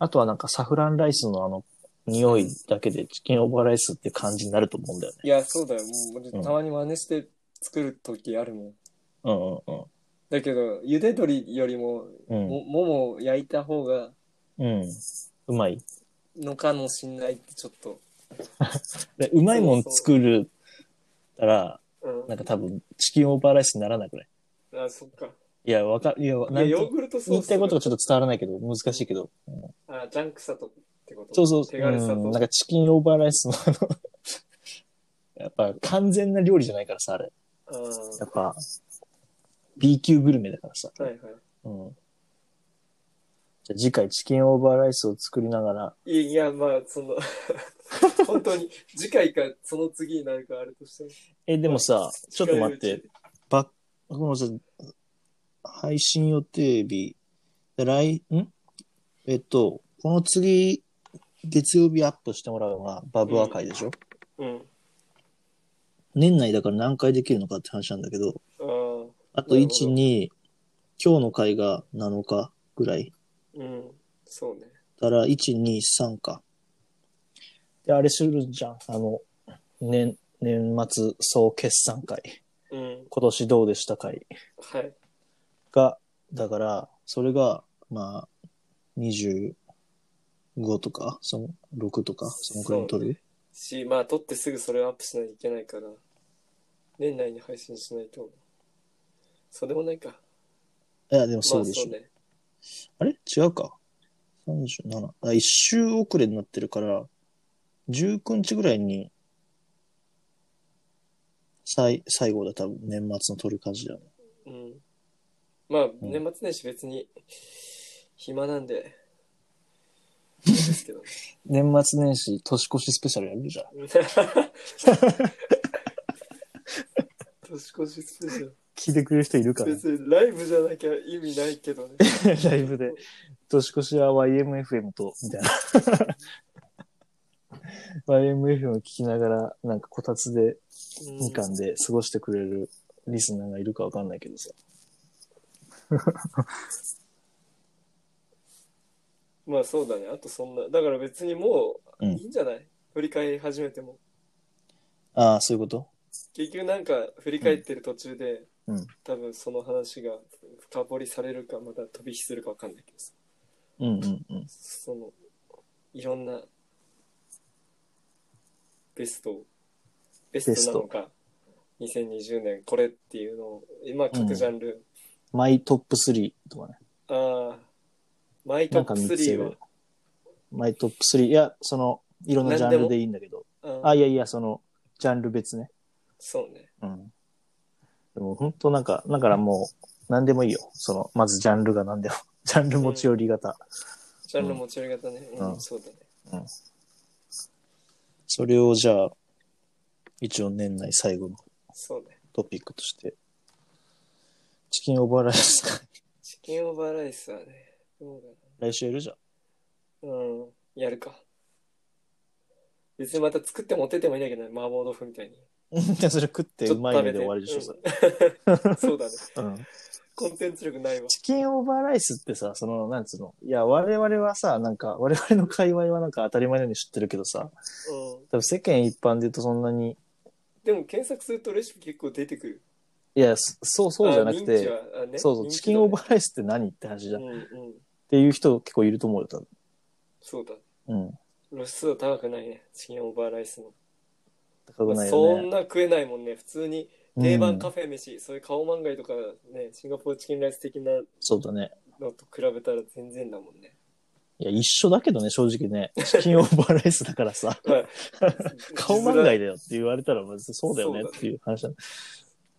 S2: あとはなんかサフランライスのあの、匂いだけでチキンオーバーライスって感じになると思うんだよね。
S1: いやそうだよもう俺たまに真似して作る時あるもん
S2: う
S1: だけど茹で鶏よりも
S2: んうんうん。
S1: もももを焼いた方が
S2: うん。うん。うまい。
S1: のかもしんないってちょっと、
S2: でうまいもん作るたら、
S1: う
S2: なんか多分チキンオーバーライスにならなくない
S1: ん、あそっか
S2: いや、わかいや、
S1: い
S2: な
S1: や
S2: ん
S1: ヨー
S2: と
S1: グルトソース
S2: 言いたいことがちょっと伝わらないけど、難しいけど。うん
S1: あジャンクさとってこと
S2: そうそう、
S1: 手軽さと、
S2: うんなんかチキンオーバーライスのあの、やっぱ完全な料理じゃないからさ、あれ。
S1: うん
S2: やっぱ、B 級グルメだからさ。
S1: はいは
S2: うん。じゃあ次回チキンオーバーライスを作りながら、
S1: いいやいやまあその 本当に次回かその次になるかあれとしても
S2: え、でもさ、ちょっと待っ
S1: 近いう
S2: て
S1: ち、に
S2: ばっ、このさ、配信予定日、来、んえっと、この次、月曜日アップしてもらうのがバブア会でしょ、
S1: うん
S2: 年内だから何回できるのかって話なんだけど、
S1: あ
S2: あと
S1: な
S2: 1
S1: るほ、ど
S2: 2、今日の回が7日ぐらい。
S1: あうんそうね
S2: だから、1、2、3か。で、あれするじゃん。あの、年、年末総決算会。
S1: うん
S2: 今年どうでした会。
S1: はい
S2: が、だから、それが、まあ、25とか、その6とか、そのくらいに取る、
S1: しまあ撮ってすぐそれをアップしないといけないから年内に配信しないとそうでもないか
S2: いや、でもそうでしょ。
S1: まあ、そうね
S2: あれ違うか。37。あ、1週遅れになってるから、19日ぐらいに、最、最後だ、多分年末の取る感じだよね。
S1: うん。まあ、年末年始別に暇なんで、いいですけどね。
S2: 年末年始、年越しスペシャルやるじゃん。
S1: 年越しスペシャル。
S2: 聞いてくれる人いるから、
S1: 別にライブじゃなきゃ意味ないけどね。
S2: ライブで。年越しは YMFM と、みたいな。YMFM を聞きながら、なんかこたつで、
S1: うん
S2: みかんで過ごしてくれるリスナーがいるかわかんないけどさ。
S1: まあそうだね。あとそんな。だから別にもう、
S2: うん
S1: いいんじゃない振り返り始めても。
S2: ああ、そういうこと
S1: 結局なんか振り返ってる途中で、
S2: うん。
S1: 多分その話が深掘りされるか、また飛び火するかわかんないけどさ。
S2: うんうんうん。
S1: その、いろんな、ベスト、ベストなのか、2020年これっていうのを、今各ジャンル、
S2: マイトップ3とかね。
S1: ああ、マイト
S2: な
S1: ッ
S2: んか
S1: プ
S2: 見つけ
S1: 3は
S2: る、。マイトップ3。いや、その、いろんなジャンルでいいんだけど。
S1: あ
S2: あ、いやいや、その、ジャンル別ね。
S1: そうね。
S2: うん。でも本当なんか、だからもう、何でもいいよ。その、まずジャンルが何でも。ジャンル持ち寄り型。
S1: ジャンル持ち寄り方ね。うん、
S2: うん
S1: そうだね。
S2: それをじゃあ、一応年内最後の
S1: そうね。
S2: トピックとして、チキンオーバーライス か。
S1: チキンオーバーライスはね、どうだろ
S2: 来週やるじゃん。
S1: う。うん、やるか。別にまた作って持ってってもいいんだけどね、麻婆豆腐みたいに。
S2: じ ゃそれ食って
S1: ちょ
S2: う
S1: っ
S2: ま
S1: と食
S2: いので
S1: べて
S2: 終わりでしょ、それ。
S1: うん そうだね。
S2: うん。
S1: コンテンツ力ないわ。
S2: チキンオーバーライスってさ、その、なんつうの。いや、我々はさ、なんか、我々の界隈はなんか当たり前のように知ってるけどさ、
S1: うん。
S2: 多分世間一般で言うとそんなに、
S1: でも検索するとレシピ結構出てくる。
S2: いや、そそう、そうじゃな
S1: あ
S2: く
S1: 認知
S2: て、
S1: はあね、
S2: そうそう、チキンオーバ
S1: ー
S2: ーライスって何って話じゃん。っ
S1: うんうん。
S2: ていう人結構いると思うよ、多分。
S1: そうだ。
S2: うん。
S1: 露出度高くないね、チキンオーバーライスの。
S2: 高く
S1: ま
S2: な
S1: あ
S2: い
S1: そ
S2: よ
S1: ん
S2: ね。
S1: な食えないもんね、普通に。定番カフェ飯、そういう顔漫画とかね、シンガポールチキンライス的な
S2: そうだね。
S1: のと比べたら全然だも んね。
S2: いや、一緒だけどね、正直ね。チキンオーバーライスだか らさ、
S1: まあ
S2: 顔漫画だよって言われたら、まずそうだよねっていう話だ、ね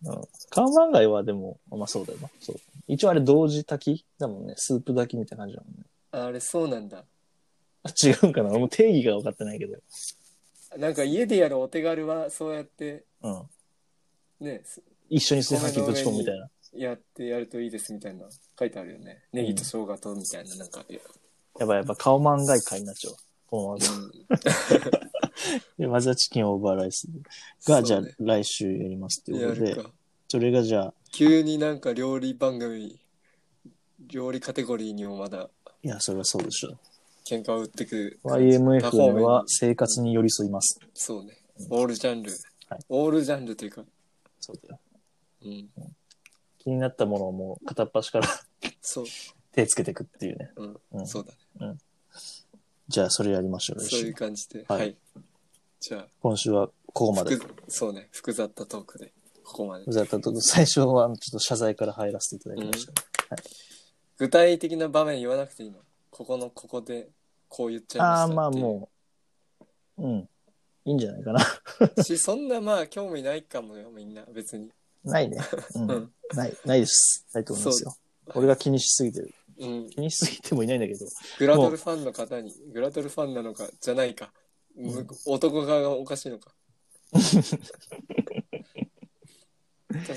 S2: うん、顔漫画はでも、まあそうだよな。そう一応あれ同時炊きだもんね。スープ炊きみたいな感じだもんね。
S1: あれそうなんだ。
S2: あ違うんかな俺も定義が分かってないけど。
S1: なんか家でやるお手軽はそうやって
S2: うん。
S1: ね、
S2: 一緒に炊飯器ぶち込むみたいな。
S1: やってやるといいですみたいな書いてあるよね。ネギと生姜とみたいななんかあるよ。
S2: やばいやばい、顔漫画会になっちゃうわ。このままで、まずはチキンオーバーライスが、じゃあ
S1: そうね
S2: 来週やりますって
S1: うん、
S2: こ
S1: や
S2: と
S1: る
S2: で、
S1: か。
S2: それがじゃあ、
S1: 急になんか料理番組、料理カテゴリーにもまだ
S2: いや、それはそうでしょう。
S1: 喧嘩を売ってく。多
S2: YMF
S1: 方面
S2: は生活に寄り添います。
S1: そうね。オールジャンル。
S2: はい
S1: オールジャンルというか、
S2: そうだよ。
S1: うん。
S2: 気になったものをもう片っ端から
S1: そう、
S2: 手つけていくっていうね。
S1: うん、
S2: うん
S1: そうだね。
S2: じゃあ、それやりましょう。来
S1: そういう
S2: 週
S1: 感じで。
S2: は
S1: はいい。じゃ
S2: 今週はここ
S1: あ、
S2: まで。
S1: 複そうね、複雑なトークで、ここまで。
S2: ざったと最初はちょっと謝罪から入らせていただきました。
S1: 具体的な場面言わなくていいのここの、ここで、こう言っちゃいましたっ
S2: ああ、
S1: ていう。
S2: まあもう、うん。いいんじゃないかな。
S1: し、そんなまあ、興味ないかもよ、みんな、別に。
S2: ないね。うん。
S1: うん
S2: ない、ないです。ないと思いますよ。
S1: う
S2: 俺が気にしすぎてる。
S1: うん。
S2: 気にしすぎてもいないんだけど。
S1: グラドルファンの方に、グラドルファンなのか、じゃないか。む男側がおかしいの か。確かに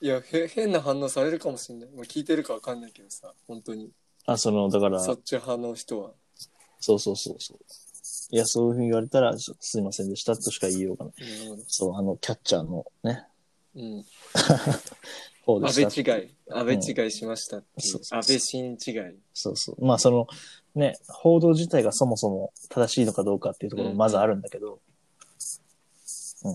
S1: いやへ、変な反応されるかもしれない。まあ、聞いてるかわかんないけどさ、本当に。
S2: あ、その、だから、
S1: そ
S2: そ
S1: っち派の人は。
S2: うそうそうそう。いや、そういうふうに言われたら、ちょっとすいませんでしたとしか言いようがない。
S1: なるほど
S2: そう、あの、キャッチャーのね、
S1: うん。
S2: 方で
S1: 安
S2: した。
S1: 倍違い。安倍違いしましたっていう
S2: そうそう
S1: 安倍新違い。
S2: そうそう。まあその、ね、報道自体がそもそも正しいのかどうかっていうところもまずあるんだけど。うん。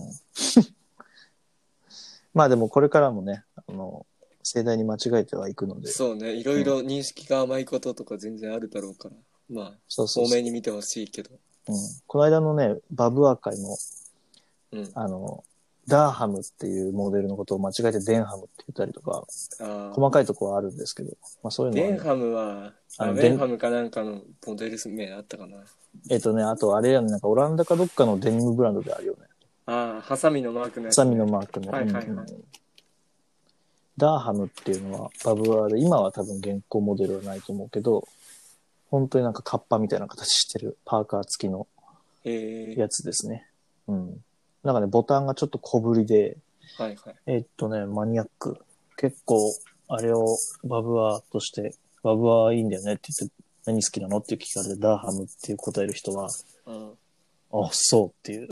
S2: まあでもこれからもね、あの、盛大に間違えてはいくので。そ
S1: そ
S2: う
S1: うね。いろいろ認識が甘いこととか全然あるだろうから。まあ、
S2: そうそう
S1: 多めに見てほしいけど。
S2: うん。この間のね、バブアー会の、
S1: うん。
S2: あの、ダーハムっていうモデルのことを間違えてデンハムって言ったりとか、
S1: ああ。
S2: 細かいところはあるんですけど、まあそういうのは
S1: ベ
S2: ね、
S1: ンハムは、
S2: あの
S1: あベンハムかなんかのモデル名あったかな。
S2: えっとね、あとあれやね、なんかオランダかどっかのデニムブランドであるよね。
S1: ああ、ハサミのマークのや
S2: ハ
S1: つ。
S2: サミのマークの。
S1: はいはい
S2: うんう
S1: は
S2: ん
S1: い
S2: ダーハムっていうのはバブアーで、今は多分現行モデルはないと思うけど、本当になんかカッパみたいな形してるパーカー付きの
S1: ええ
S2: やつですね。うん。なんかね、ボタンがちょっと小ぶりで、
S1: はいはい。
S2: えっとね、マニアック。結構、あれをバブアーとして、バブアーいいんだよねって言って、何好きなのって聞かれて、ダーハムって答える人は、
S1: うん。
S2: あ、そうっていう。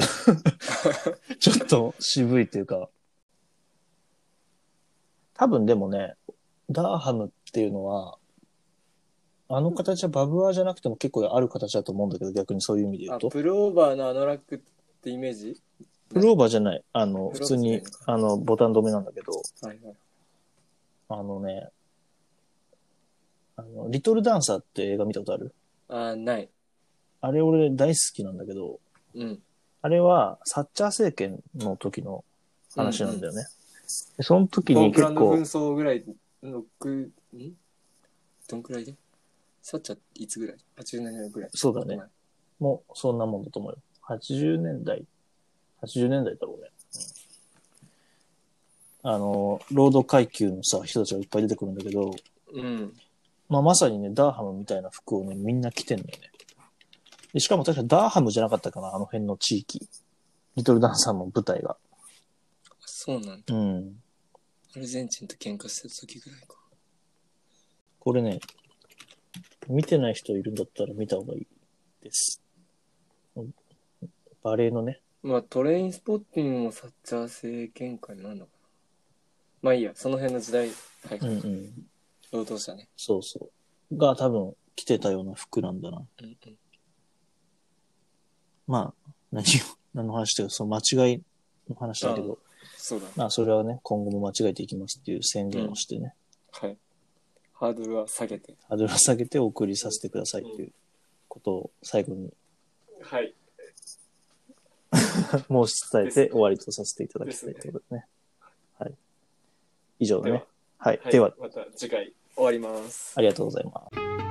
S2: ちょっと渋いっていうか。多分でもね、ダーハムっていうのは、あの形はバブアーじゃなくても結構ある形だと思うんだけど、逆にそういう意味で言
S1: あ、
S2: うと。
S1: プローバーのあのラックってイメージ
S2: プローバーじゃない。あの、
S1: プロー
S2: 普
S1: バー
S2: 通に
S1: じゃ、
S2: あの、ボタン止めなんだけど、
S1: はいはい。
S2: あのね、あの、リトルダンサーって映画見たことある
S1: あ、ない。
S2: あれ俺大好きなんだけど、
S1: うん。
S2: あれはサッチャー政権の時の話なんだよね。でその時
S1: フォー
S2: に
S1: ク
S2: 結
S1: ランド
S2: 構、
S1: 紛争ぐらいのく、んどんくらいでサッチャーいつぐらい ?80 年代ぐらい。
S2: そうだね。もうそんなもんだと思うよ。80年代、80年代だろうね。うんあの、労働階級のさ、人たちがいっぱい出てくるんだけど、
S1: うん。
S2: まあ、まさにね、ダーハムみたいな服をね、みんな着てんのよね。でしかも確かダーハムじゃなかったかな、あの辺の地域。リトルダンサーの舞台が。
S1: そうなんだ。
S2: うん。
S1: アルゼンチンと喧嘩した時ぐらいか。
S2: これね、見てない人いるんだったら見た方がいいです。うんバレエのね、
S1: まあトレインスポッティングもサッチャー性見解なんだかな。まあいいや、その辺の時代、はい、
S2: うんうん、
S1: 労働者ね。
S2: そうそう、が多分着てたような服なんだな。
S1: うんうん。
S2: まあ、何を、何の話だよ、その間違いの話だけど、
S1: そうだね。
S2: まあそれはね、今後も間違えていきますっていう宣言をしてね、
S1: はい。ハードルは下げて。
S2: ハードルを下げてお送りさせてくださいっていうことを最後に
S1: はい。
S2: 申し伝えて終わりとさせていただきたいということでね。はい。以上だ
S1: で
S2: ね
S1: は。
S2: はい。では、
S1: また次回終わります。
S2: ありがとうございます。